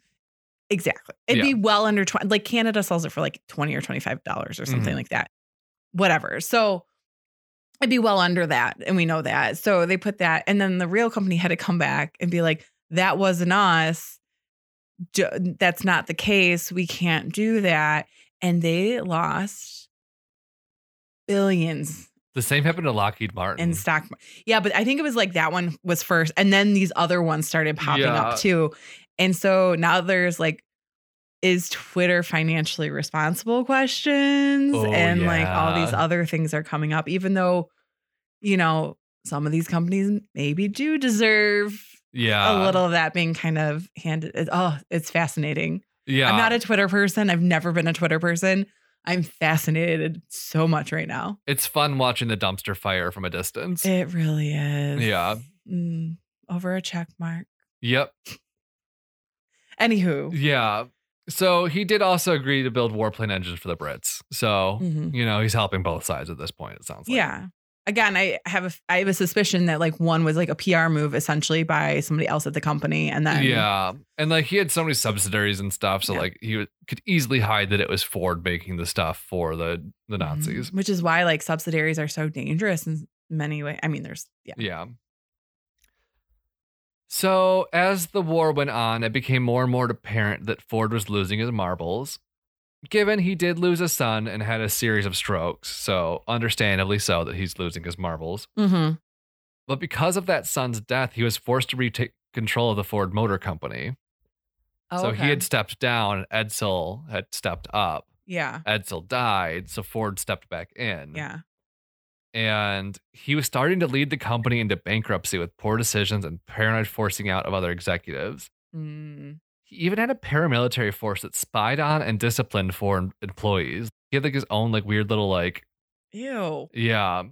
Speaker 1: Exactly. It'd be well under 20 like Canada sells it for like 20 or 25 dollars or
Speaker 2: Mm-hmm.
Speaker 1: something like that. Whatever. So it'd be well under that and we know that. So they put that and then the real company had to come back and be like that wasn't us. D- that's not the case. We can't do that and they lost billions
Speaker 2: The same happened to Lockheed Martin.
Speaker 1: and stock. mar- Yeah, but I think it was like that one was first, and then these other ones started popping
Speaker 2: Yeah.
Speaker 1: up too. And so now there's like, is Twitter financially responsible questions,
Speaker 2: Oh,
Speaker 1: and like all these
Speaker 2: yeah.
Speaker 1: other things are coming up, even though, you know, some of these companies maybe do deserve
Speaker 2: yeah.
Speaker 1: a little of that being kind of handed. it- Oh, it's fascinating.
Speaker 2: Yeah.
Speaker 1: I'm not a Twitter person. I've never been a Twitter person. I'm fascinated so much right now.
Speaker 2: it's fun watching the dumpster fire from a distance.
Speaker 1: It really is.
Speaker 2: Yeah.
Speaker 1: Mm, over a check mark.
Speaker 2: yep.
Speaker 1: Anywho.
Speaker 2: Yeah. So he did also agree to build warplane engines for the Brits. So,
Speaker 1: Mhm.
Speaker 2: you know, he's helping both sides at this point, it sounds like.
Speaker 1: Yeah. Again, I have a I have a suspicion that like one was like a PR move essentially by somebody else at the company, and then
Speaker 2: yeah. And like he had so many subsidiaries and stuff. So,
Speaker 1: Yeah.
Speaker 2: like, he would- could easily hide that it was Ford making the stuff for the, the Nazis.
Speaker 1: Mhm. which is why like subsidiaries are so dangerous in many ways. I mean, there's yeah,
Speaker 2: Yeah. So, as the war went on, it became more and more apparent that Ford was losing his marbles. Given he did lose a son and had a series of strokes, so understandably so that he's losing his marbles.
Speaker 1: mm-hmm.
Speaker 2: But because of that son's death, he was forced to retake control of the Ford Motor Company.
Speaker 1: oh,
Speaker 2: so
Speaker 1: okay.
Speaker 2: he had stepped down, and Edsel had stepped up.
Speaker 1: yeah,
Speaker 2: Edsel died, so Ford stepped back in
Speaker 1: yeah,
Speaker 2: and he was starting to lead the company into bankruptcy with poor decisions and paranoid forcing out of other executives.
Speaker 1: mm.
Speaker 2: He even had a paramilitary force that spied on and disciplined foreign employees. He had like his own like weird little like
Speaker 1: ew,
Speaker 2: yeah,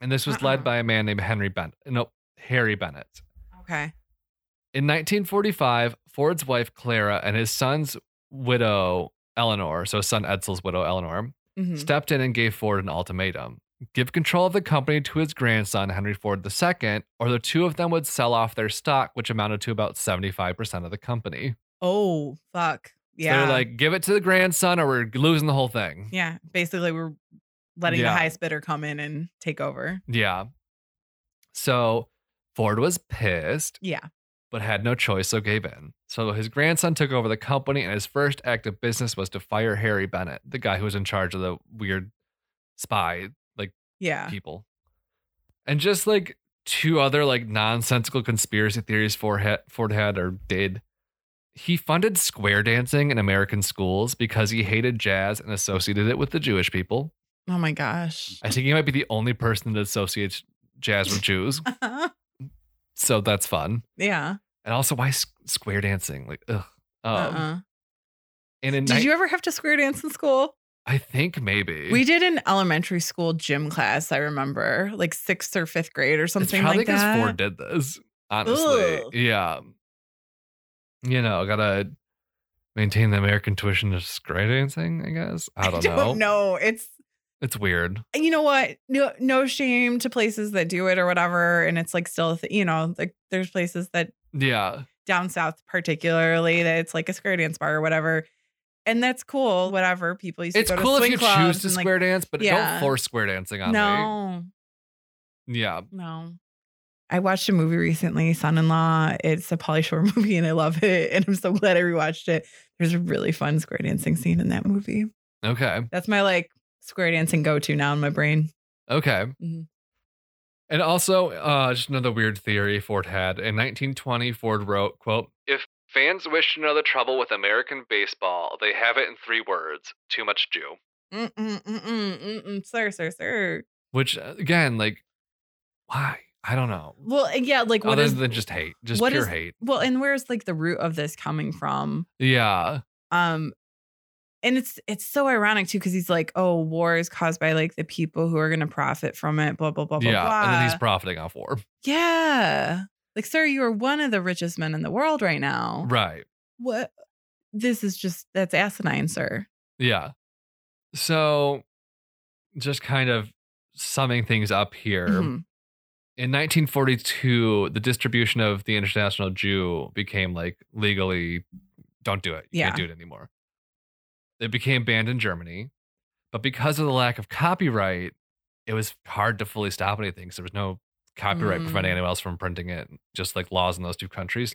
Speaker 2: and this was
Speaker 1: Uh-uh.
Speaker 2: led by a man named Henry Bennett. No, Harry Bennett.
Speaker 1: okay,
Speaker 2: In 1945, Ford's wife Clara and his son's widow Eleanor, so his son Edsel's widow Eleanor,
Speaker 1: hmm
Speaker 2: stepped in and gave Ford an ultimatum give control of the company to his grandson, Henry Ford II, or the two of them would sell off their stock, which amounted to about 75% of the company.
Speaker 1: oh fuck,
Speaker 2: So
Speaker 1: yeah,
Speaker 2: they're like, give it to the grandson or we're losing the whole thing.
Speaker 1: yeah, basically we're letting
Speaker 2: Yeah.
Speaker 1: the highest bidder come in and take over,
Speaker 2: Yeah. So Ford was pissed,
Speaker 1: yeah,
Speaker 2: but had no choice, so gave in. So his grandson took over the company, and his first act of business was to fire Harry Bennett, the guy who was in charge of the weird spy
Speaker 1: yeah,
Speaker 2: people. And just like two other like nonsensical conspiracy theories Ford had, Ford had or did. He funded square dancing in American schools because he hated jazz and associated it with the Jewish people.
Speaker 1: oh my gosh,
Speaker 2: I think he might be the only person that associates jazz with Jews. So that's fun.
Speaker 1: yeah.
Speaker 2: And also, why s- square dancing? Like, ugh. Um,
Speaker 1: uh-uh.
Speaker 2: And in
Speaker 1: Did you ever have to square dance in school?
Speaker 2: I think maybe
Speaker 1: We did an elementary school gym class. I remember, like sixth or fifth grade or
Speaker 2: It's
Speaker 1: something
Speaker 2: probably
Speaker 1: like
Speaker 2: because
Speaker 1: that.
Speaker 2: Ford did this. Honestly,
Speaker 1: Ugh.
Speaker 2: yeah. You know, gotta maintain the American tuition to square dancing. I guess I don't, know.
Speaker 1: It's
Speaker 2: It's weird.
Speaker 1: you know what? No, no shame to places that do it or whatever. And it's like still, a th- you know, like there's places that
Speaker 2: Yeah,
Speaker 1: down south, particularly, that it's like a square dance bar or whatever. And that's cool. Whatever people used to
Speaker 2: it's
Speaker 1: go to
Speaker 2: cool if
Speaker 1: swing
Speaker 2: you
Speaker 1: clubs
Speaker 2: choose to
Speaker 1: and, like,
Speaker 2: square dance, but
Speaker 1: yeah.
Speaker 2: don't force square dancing on
Speaker 1: No,
Speaker 2: me. Yeah,
Speaker 1: No. I watched a movie recently, Son in Law. It's a Polly Shore movie and I love it. And I'm so glad I rewatched it. There's a really fun square dancing scene in that movie.
Speaker 2: okay,
Speaker 1: That's my like square dancing go to now in my brain.
Speaker 2: okay.
Speaker 1: Mhm.
Speaker 2: And also, uh, just another weird theory Ford had. In 1920, Ford wrote, quote, If fans wish to know the trouble
Speaker 1: Mm,
Speaker 2: with American baseball, they have it in three words. Too much Jew.
Speaker 1: Mm-mm, mm-mm, Mm-mm, mm, sir, sir, sir.
Speaker 2: Which uh, again, like, why? I don't know.
Speaker 1: Well, yeah, like what
Speaker 2: Other
Speaker 1: is
Speaker 2: than Oh, just hate, just
Speaker 1: what
Speaker 2: pure
Speaker 1: is-
Speaker 2: hate.
Speaker 1: well, and where's like the root of this coming from?
Speaker 2: Yeah,
Speaker 1: Um, and it's it's so ironic too because he's like, oh, war is caused by like the people who are going to profit from it. Blah blah blah blah
Speaker 2: yeah.
Speaker 1: blah.
Speaker 2: And then he's profiting off war.
Speaker 1: yeah, like sir, you are one of the richest men in the world right now.
Speaker 2: Right.
Speaker 1: What? This is just that's asinine, sir.
Speaker 2: Yeah. So, just kind of summing things up here.
Speaker 1: Mhm.
Speaker 2: In 1942, the distribution of the international Jew became like legally, don't do it. You can't
Speaker 1: Yeah.
Speaker 2: do it anymore. It became banned in Germany, but because of the lack of copyright, it was hard to fully stop anything because there was no copyright
Speaker 1: Mm.
Speaker 2: preventing anyone else from printing it. Just like laws in those two countries.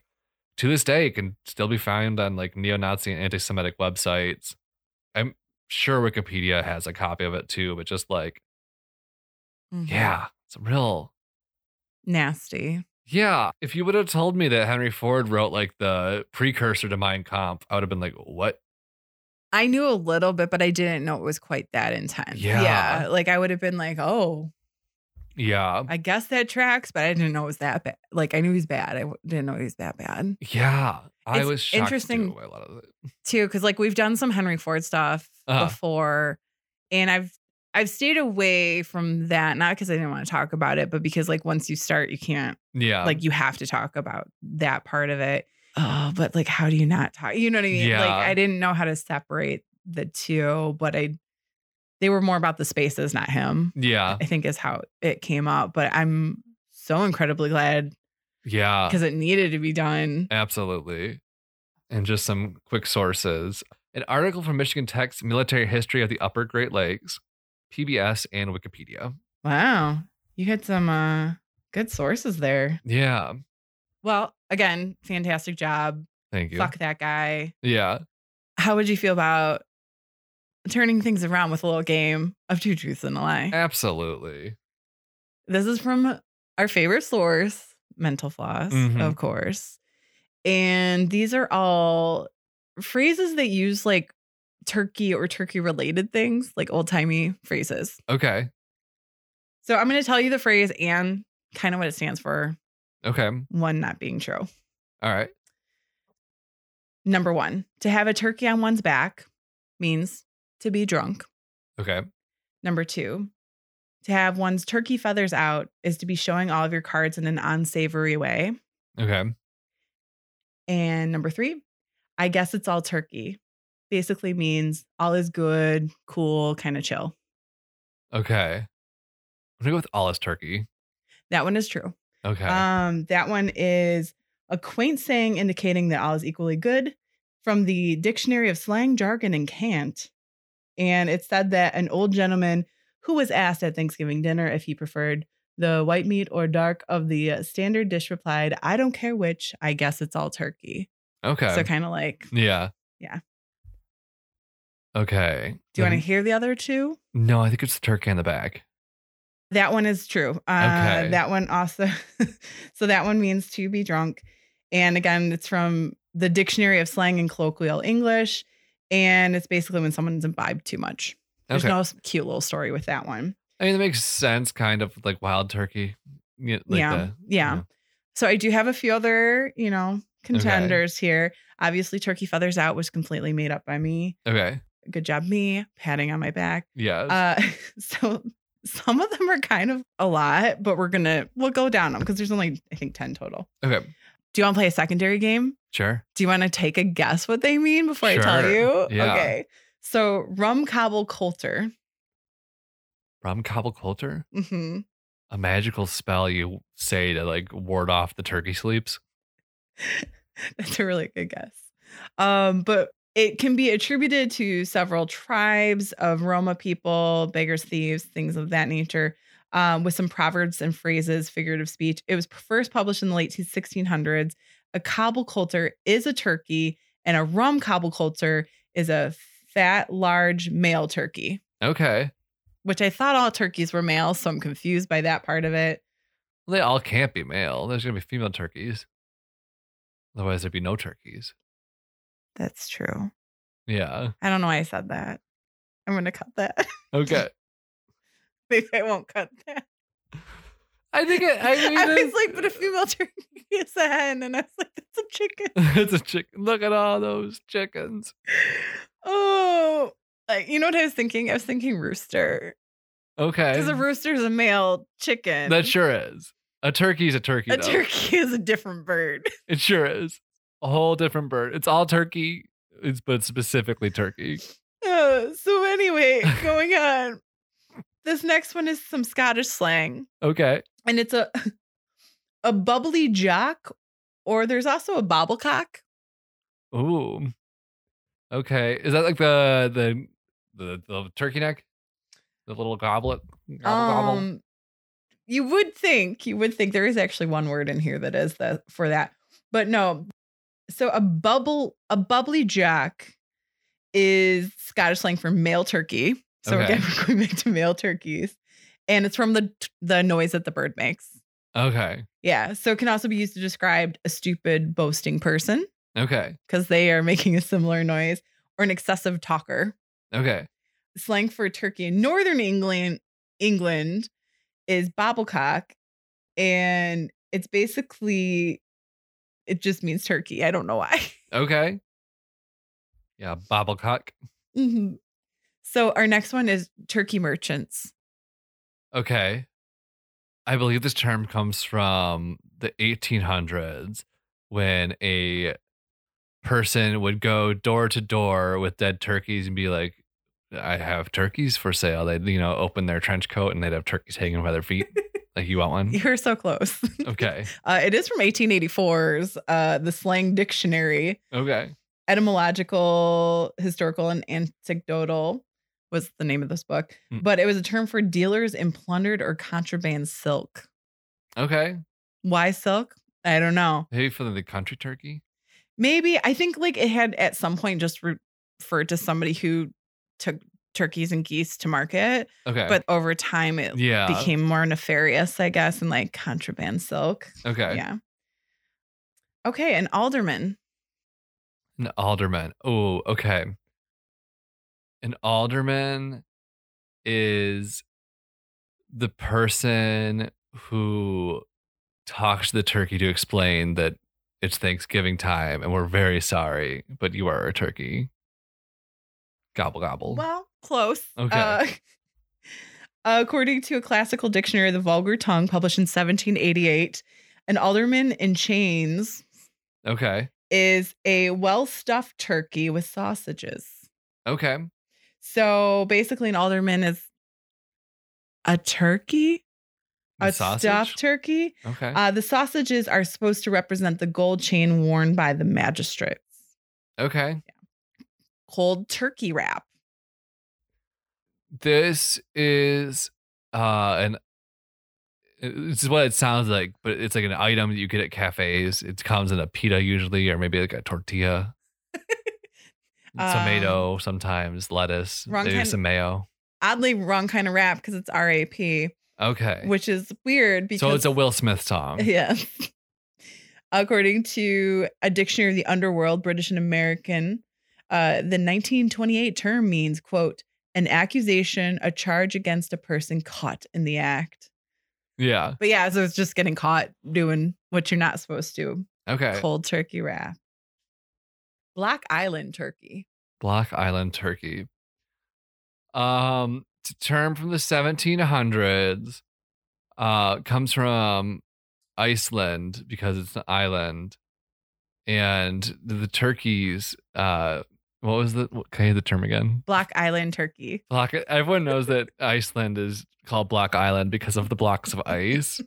Speaker 2: To this day, it can still be found on like neo-Nazi and anti-Semitic websites. I'm sure Wikipedia has a copy of it too, but just like,
Speaker 1: Mhm.
Speaker 2: yeah, it's a real
Speaker 1: nasty.
Speaker 2: yeah, if you would have told me that Henry Ford wrote like the precursor to Mein Kampf, I would have been like, "What?"
Speaker 1: I knew a little bit, but I didn't know it was quite that intense.
Speaker 2: Yeah.
Speaker 1: Like I would have been like, oh,
Speaker 2: Yeah,
Speaker 1: I guess that tracks, but I didn't know it was that bad. Like I knew he's bad. I w- didn't know he was that bad
Speaker 2: yeah. I
Speaker 1: It's
Speaker 2: was shocked
Speaker 1: interesting-
Speaker 2: too by a lot of it.
Speaker 1: too. Cause like we've done some Henry Ford stuff
Speaker 2: Uh-huh.
Speaker 1: before and I've, I've stayed away from that, not because I didn't want to talk about it, but because like once you start, you can't,
Speaker 2: Yeah,
Speaker 1: like you have to talk about that part of it. Um Oh, but like, how do you not talk? You know what I mean? Like
Speaker 2: Yeah.
Speaker 1: I didn't know how to separate the two, but I, they were more about the spaces, not him.
Speaker 2: yeah,
Speaker 1: I think is how it came out. But I'm so incredibly glad
Speaker 2: yeah.
Speaker 1: because it needed to be done.
Speaker 2: Absolutely. And just some quick sources. An article from Michigan Tech's Military History of the Upper Great Lakes, PBS, and Wikipedia.
Speaker 1: Wow. You had some uh, good sources there.
Speaker 2: Yeah.
Speaker 1: Well, again, fantastic job.
Speaker 2: Thank you.
Speaker 1: Fuck that guy.
Speaker 2: Yeah.
Speaker 1: How would you feel about turning things around with a little game of two truths and a lie?
Speaker 2: Absolutely.
Speaker 1: This is from our favorite source, Mental Floss,
Speaker 2: Mhm.
Speaker 1: of course. And these are all phrases that use like turkey or turkey related things, like old timey phrases.
Speaker 2: Okay.
Speaker 1: So I'm going to tell you the phrase and kind of what it stands for,
Speaker 2: Okay.
Speaker 1: one not being true.
Speaker 2: All right.
Speaker 1: Number one, to have a turkey on one's back means to be drunk.
Speaker 2: Okay.
Speaker 1: Number two, to have one's turkey feathers out is to be showing all of your cards in an unsavory way.
Speaker 2: Okay.
Speaker 1: And number three, I guess it's all turkey. Basically means all is good, cool, kind of chill.
Speaker 2: Okay. I'm gonna go with all is turkey.
Speaker 1: That one is true.
Speaker 2: Okay.
Speaker 1: Um, that one is a quaint saying indicating that all is equally good from the Dictionary of Slang, Jargon, and Cant. And it said that an old gentleman who was asked at Thanksgiving dinner if he preferred the white meat or dark of the uh, standard dish replied, I don't care which, I guess it's all turkey.
Speaker 2: okay.
Speaker 1: So kind of like,
Speaker 2: Yeah.
Speaker 1: Yeah.
Speaker 2: Okay.
Speaker 1: do you want to hear the other two?
Speaker 2: No, I think it's the turkey in the back.
Speaker 1: That one is true. Uh,
Speaker 2: Okay.
Speaker 1: That one also, so that one means to be drunk. And again, it's from the Dictionary of Slang and Colloquial English. And it's basically when someone's imbibed too much. There's
Speaker 2: Okay.
Speaker 1: no s- cute little story with that one.
Speaker 2: I mean, that makes sense, kind of like wild turkey. Yeah. Like
Speaker 1: yeah.
Speaker 2: the-
Speaker 1: yeah.
Speaker 2: yeah.
Speaker 1: So I do have a few other, you know, contenders here. Obviously, Turkey Feathers Out was completely made up by me.
Speaker 2: Okay.
Speaker 1: Good job, me, patting on my back.
Speaker 2: Yes.
Speaker 1: Uh, so some of them are kind of a lot, but we're gonna we'll go down them because there's only I think ten total.
Speaker 2: okay.
Speaker 1: Do you want to play a secondary game?
Speaker 2: Sure.
Speaker 1: Do you want to take a guess what they mean before I tell
Speaker 2: Sure.
Speaker 1: you?
Speaker 2: Yeah.
Speaker 1: Okay. So rum cobble coulter.
Speaker 2: Rum cobble coulter,
Speaker 1: hmm
Speaker 2: a magical spell you say to like ward off the turkey sleeps.
Speaker 1: That's a really good guess. Um, but it can be attributed to several tribes of Roma people, beggars, thieves, things of that nature, um, with some proverbs and phrases, figurative speech. It was first published in the late 1600s. A cobble coulter is a turkey, and a rum cobble coulter is a fat, large male turkey.
Speaker 2: Okay.
Speaker 1: which I thought all turkeys were male, so I'm confused by that part of it.
Speaker 2: Well, they all can't be male. There's gonna be female turkeys. Otherwise, there'd be no turkeys.
Speaker 1: That's true.
Speaker 2: Yeah.
Speaker 1: I don't know why I said that. I'm gonna cut that.
Speaker 2: Okay.
Speaker 1: Maybe I won't cut that.
Speaker 2: I think it, I mean,
Speaker 1: I was
Speaker 2: it's-
Speaker 1: like, but a female turkey is a hen, and I was like, that's a chicken.
Speaker 2: it's a chicken. Look at all those chickens.
Speaker 1: Oh, uh, you know what I was thinking? I was thinking rooster
Speaker 2: Okay.
Speaker 1: because a rooster is a male chicken.
Speaker 2: That sure is. A turkey's a turkey.
Speaker 1: a
Speaker 2: though.
Speaker 1: turkey is a different bird.
Speaker 2: It sure is. A whole different bird. It's all turkey, it's, but it's specifically turkey.
Speaker 1: Uh, so anyway, going on. This next one is some Scottish slang,
Speaker 2: Okay.
Speaker 1: and it's a a bubbly jock, or there's also a bobblecock.
Speaker 2: Ooh. Okay. Is that like the the the, the turkey neck? The little goblet? Gobble, gobble?
Speaker 1: Um, you would think you would think there is actually one word in here that is that for that, but no. So a bubble, a bubbly jack, is Scottish slang for male turkey. So
Speaker 2: Okay.
Speaker 1: again, we're going back to male turkeys, and it's from the the noise that the bird makes.
Speaker 2: Okay.
Speaker 1: Yeah, so it can also be used to describe a stupid, boasting person
Speaker 2: Okay.
Speaker 1: because they are making a similar noise, or an excessive talker
Speaker 2: Okay.
Speaker 1: slang for turkey in northern England England is bobblecock and it's basically it just means turkey. I don't know why.
Speaker 2: Okay. Yeah, bobblecock.
Speaker 1: Mhm. So our next one is turkey merchants.
Speaker 2: Okay. I believe this term comes from the 1800s when a person would go door to door with dead turkeys and be like, I have turkeys for sale. They'd, you know, open their trench coat and they'd have turkeys hanging by their feet. like, you want one?
Speaker 1: You're so close.
Speaker 2: Okay.
Speaker 1: Uh, it is from 1884's uh, The Slang Dictionary.
Speaker 2: Okay.
Speaker 1: Etymological, historical, and anecdotal was the name of this book.
Speaker 2: Mm.
Speaker 1: But it was a term for dealers in plundered or contraband silk.
Speaker 2: Okay.
Speaker 1: Why silk? I don't know.
Speaker 2: Maybe for the country turkey?
Speaker 1: Maybe I think like it had at some point just re- referred to somebody who took turkeys and geese to market,
Speaker 2: Okay.
Speaker 1: but over time it
Speaker 2: yeah.
Speaker 1: became more nefarious, I guess, and like contraband silk.
Speaker 2: okay.
Speaker 1: Yeah. Okay, an alderman.
Speaker 2: An alderman. Oh, okay. An alderman is the person who talks to the turkey to explain that it's Thanksgiving time and we're very sorry, but you are a turkey. Gobble gobble.
Speaker 1: Well, close.
Speaker 2: Okay.
Speaker 1: Uh, according to a classical dictionary of the vulgar tongue published in 1788, an alderman in chains
Speaker 2: Okay.
Speaker 1: is a well stuffed turkey with sausages.
Speaker 2: Okay.
Speaker 1: So basically, an alderman is a turkey,
Speaker 2: The
Speaker 1: a stuffed turkey.
Speaker 2: Okay.
Speaker 1: Uh, the sausages are supposed to represent the gold chain worn by the magistrates.
Speaker 2: okay.
Speaker 1: Cold turkey wrap.
Speaker 2: This is uh an this is what it sounds like, but it's like an item that you get at cafes. It comes in a pita usually, or maybe like a tortilla, tomato sometimes, lettuce,
Speaker 1: Um, wrong
Speaker 2: maybe
Speaker 1: kind-
Speaker 2: some mayo.
Speaker 1: Oddly, wrong kind of wrap because it's RAP,
Speaker 2: Okay,
Speaker 1: which is weird because
Speaker 2: so it's a Will Smith song.
Speaker 1: Yeah. According to a dictionary of the underworld, British and American, uh, the 1928 term means, quote, an accusation, a charge against a person caught in the act.
Speaker 2: Yeah.
Speaker 1: But yeah, so it's just getting caught doing what you're not supposed to.
Speaker 2: Okay.
Speaker 1: Cold turkey wrap. Black Island turkey.
Speaker 2: Block Island Turkey. Um, it's a term from the 1700s. Uh, comes from Iceland because it's an island, and the turkeys. Uh, what was the what, can I hear the term again?
Speaker 1: Black Island turkey.
Speaker 2: Block. Everyone knows that Iceland is called Block Island because of the blocks of ice.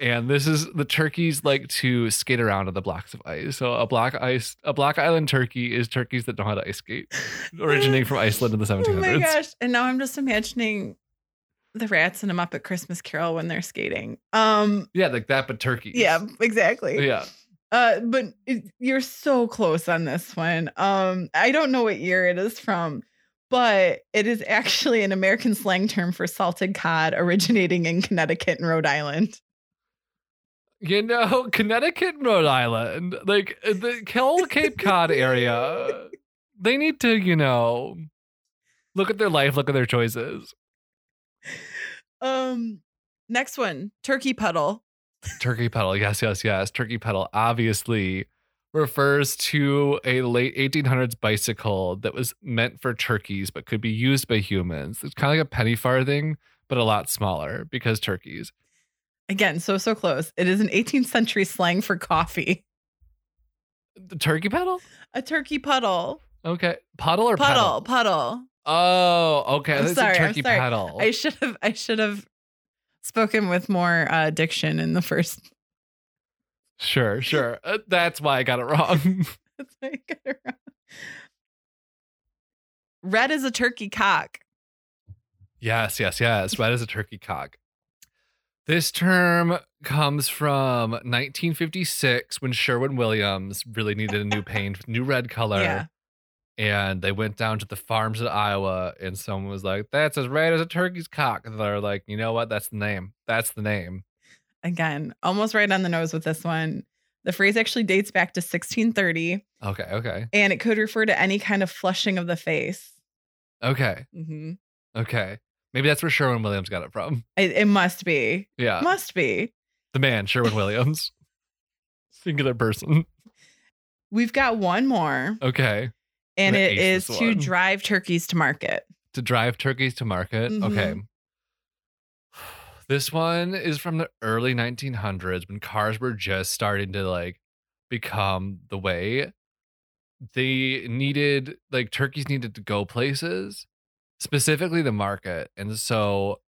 Speaker 2: And this is the turkeys like to skate around on the blocks of ice. So a block ice, a block island turkey is turkeys that know how to ice skate originating from Iceland in the 1700s.
Speaker 1: Oh my gosh. And now I'm just imagining the rats in a Muppet Christmas Carol when they're skating. Um,
Speaker 2: Yeah, like that, but turkeys.
Speaker 1: yeah, exactly.
Speaker 2: Yeah.
Speaker 1: Uh, but it, you're so close on this one. Um, I don't know what year it is from, but it is actually an American slang term for salted cod originating in Connecticut and Rhode Island.
Speaker 2: You know, Connecticut and Rhode Island, like the whole Cape Cod area, they need to, you know, look at their life, look at their choices.
Speaker 1: Um, next one, turkey puddle.
Speaker 2: Turkey pedal. Yes, yes, yes. Turkey pedal obviously refers to a late 1800s bicycle that was meant for turkeys but could be used by humans. It's kind of like a penny farthing, but a lot smaller because turkeys.
Speaker 1: Again, so so close. It is an 18th century slang for coffee.
Speaker 2: The turkey pedal?
Speaker 1: A turkey puddle.
Speaker 2: Okay. Puddle or
Speaker 1: Puddle,
Speaker 2: pedal?
Speaker 1: puddle.
Speaker 2: Oh, okay.
Speaker 1: I'm
Speaker 2: That's
Speaker 1: sorry,
Speaker 2: a
Speaker 1: I'm
Speaker 2: turkey
Speaker 1: sorry.
Speaker 2: pedal.
Speaker 1: I should have I should have spoken with more uh, diction in the first.
Speaker 2: Sure, sure. Uh, That's why I got it wrong.
Speaker 1: That's why I got it wrong. Red is a turkey cock.
Speaker 2: Yes, yes, yes. Red as a turkey cock. This term comes from 1956 when Sherwin Williams really needed a new paint, new red color.
Speaker 1: Yeah.
Speaker 2: And they went down to the farms in Iowa and someone was like, That's as red as a turkey's cock. And they're like, You know what? That's the name. That's the name.
Speaker 1: Again, almost right on the nose with this one. The phrase actually dates back to 1630
Speaker 2: Okay, okay,
Speaker 1: and it could refer to any kind of flushing of the face.
Speaker 2: okay,
Speaker 1: hmm
Speaker 2: okay. Maybe that's where Sherwin Williams got it from.
Speaker 1: It, it must be.
Speaker 2: Yeah.
Speaker 1: Must be.
Speaker 2: The man, Sherwin Williams. Singular person.
Speaker 1: We've got one more,
Speaker 2: Okay.
Speaker 1: and
Speaker 2: gonna
Speaker 1: it is
Speaker 2: ace this
Speaker 1: to
Speaker 2: one.
Speaker 1: drive turkeys to market.
Speaker 2: to drive turkeys to market. Okay. This one is from the early 1900s when cars were just starting to like become the way. They needed like turkeys needed to go places, specifically the market. And so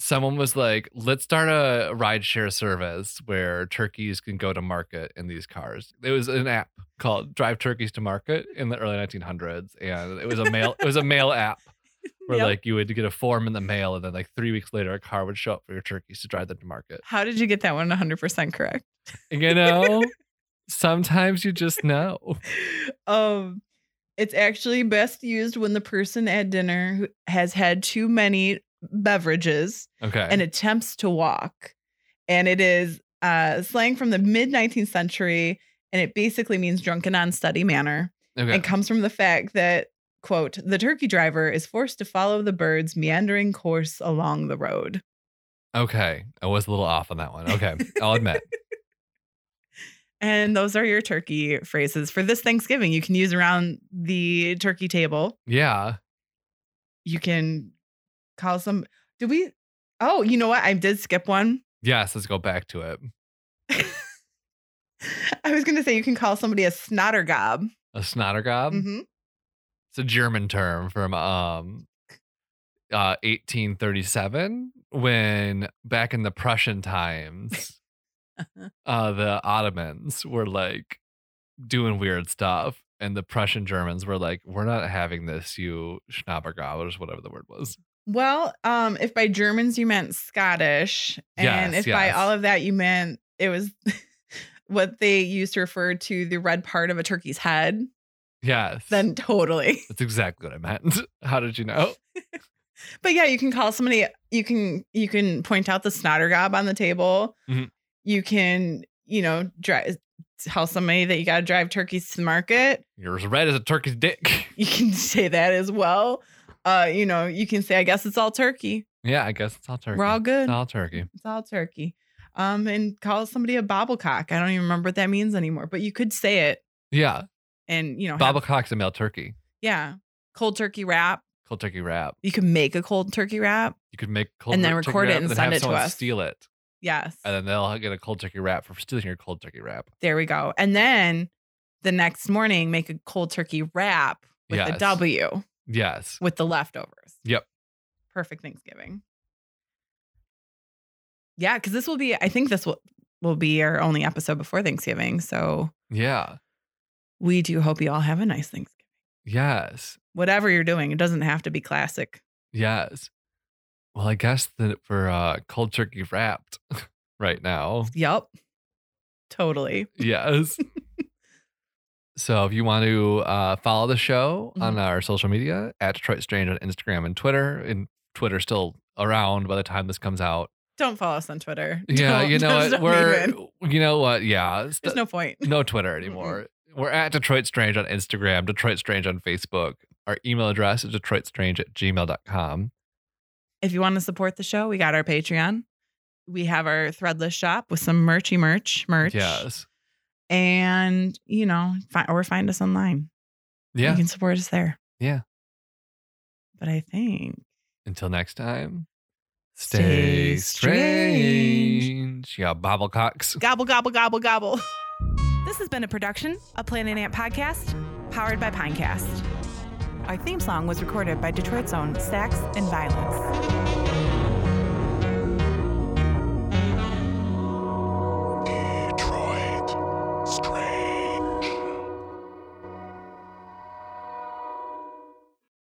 Speaker 2: someone was like, "Let's start a rideshare service where turkeys can go to market in these cars." It was an app called Drive Turkeys to Market in the early 1900s, and it was a mail it was a mail app where
Speaker 1: Yep.
Speaker 2: like you would get a form in the mail, and then like three weeks later, a car would show up for your turkeys to drive them to market.
Speaker 1: How did you get that one 100% correct?
Speaker 2: You know, sometimes you just know.
Speaker 1: Um, it's actually best used when the person at dinner who has had too many beverages
Speaker 2: Okay,
Speaker 1: and attempts to walk. And it is uh, slang from the mid 19th century, and it basically means drunken on steady manner.
Speaker 2: okay,
Speaker 1: and comes from the fact that quote the turkey driver is forced to follow the bird's meandering course along the road
Speaker 2: okay. I was a little off on that one. Okay, I'll admit.
Speaker 1: and those are your turkey phrases for this thanksgiving you can use around the turkey table
Speaker 2: Yeah.
Speaker 1: you can call some do we oh you know what i did skip one
Speaker 2: Yes. Let's go back to it.
Speaker 1: i was gonna say you can call somebody a snottergob
Speaker 2: A snottergob.
Speaker 1: Mhm.
Speaker 2: It's a German term from um uh 1837 when back in the Prussian times uh the Ottomans were like doing weird stuff and the Prussian Germans were like we're not having this you schnappergob or whatever the word was.
Speaker 1: Well, um, if by Germans you meant Scottish, and
Speaker 2: Yes,
Speaker 1: if by
Speaker 2: yes.
Speaker 1: all of that you meant it was what they used to refer to the red part of a turkey's head,
Speaker 2: Yes.
Speaker 1: then totally.
Speaker 2: that's exactly what I meant. How did you know?
Speaker 1: But yeah, you can call somebody. You can you can point out the snottergob on the table.
Speaker 2: Mhm.
Speaker 1: You can you know drive tell somebody that you got to drive turkeys to the market.
Speaker 2: You're as red as a turkey's dick.
Speaker 1: You can say that as well. Uh, you know, you can say, I guess it's all turkey.
Speaker 2: yeah, I guess it's all turkey.
Speaker 1: We're all good.
Speaker 2: It's all turkey.
Speaker 1: It's all turkey. Um, and call somebody a bobblecock. I don't even remember what that means anymore, but you could say it
Speaker 2: Yeah.
Speaker 1: and you know, have-
Speaker 2: Bobblecock's a male turkey.
Speaker 1: yeah, cold turkey wrap.
Speaker 2: Cold turkey wrap.
Speaker 1: You could make a cold turkey wrap.
Speaker 2: You could make cold
Speaker 1: And then
Speaker 2: tur- turkey
Speaker 1: record it
Speaker 2: wrap
Speaker 1: and
Speaker 2: then
Speaker 1: send
Speaker 2: have
Speaker 1: it to
Speaker 2: someone
Speaker 1: us.
Speaker 2: Steal it,
Speaker 1: Yes,
Speaker 2: and then they'll get a cold turkey wrap for stealing your cold turkey wrap.
Speaker 1: there we go. And then the next morning, make a cold turkey wrap with a
Speaker 2: Yes.
Speaker 1: W
Speaker 2: Yes,
Speaker 1: with the leftovers.
Speaker 2: Yep.
Speaker 1: Perfect Thanksgiving. Yeah, because this will be. I think this will will be our only episode before Thanksgiving. So
Speaker 2: yeah,
Speaker 1: we do hope you all have a nice Thanksgiving.
Speaker 2: yes,
Speaker 1: Whatever you're doing, it doesn't have to be classic.
Speaker 2: yes. Well, I guess that for uh, cold turkey wrapped right now.
Speaker 1: Yep. Totally.
Speaker 2: Yes. so if you want to uh, follow the show
Speaker 1: Mm-hmm.
Speaker 2: on our social media at Detroit Strange on Instagram and Twitter, and Twitter's still around by the time this comes out.
Speaker 1: Don't follow us on Twitter.
Speaker 2: Yeah,
Speaker 1: Don't-
Speaker 2: you know
Speaker 1: just
Speaker 2: what?
Speaker 1: don't
Speaker 2: We're uh,
Speaker 1: even.
Speaker 2: you know what? Yeah, st-
Speaker 1: there's no point.
Speaker 2: no Twitter anymore. We're at Detroit Strange on Instagram, Detroit Strange on Facebook. Our email address is DetroitStrange at gmail.com.
Speaker 1: If you want to support the show, we got our Patreon. We have our threadless shop with some merchy merch, merch.
Speaker 2: Yes.
Speaker 1: And, you know, fi- or find us online. You
Speaker 2: Yeah.
Speaker 1: can support us there.
Speaker 2: Yeah.
Speaker 1: But I think
Speaker 2: Until next time.
Speaker 1: Stay
Speaker 2: Stay,
Speaker 1: strange.
Speaker 2: strange. Yeah, bobblecocks.
Speaker 1: Gobble, gobble, gobble, gobble. This has been a production, a Planet Ant podcast, powered by Pinecast. Our theme song was recorded by Detroit Zone Sax and Violence.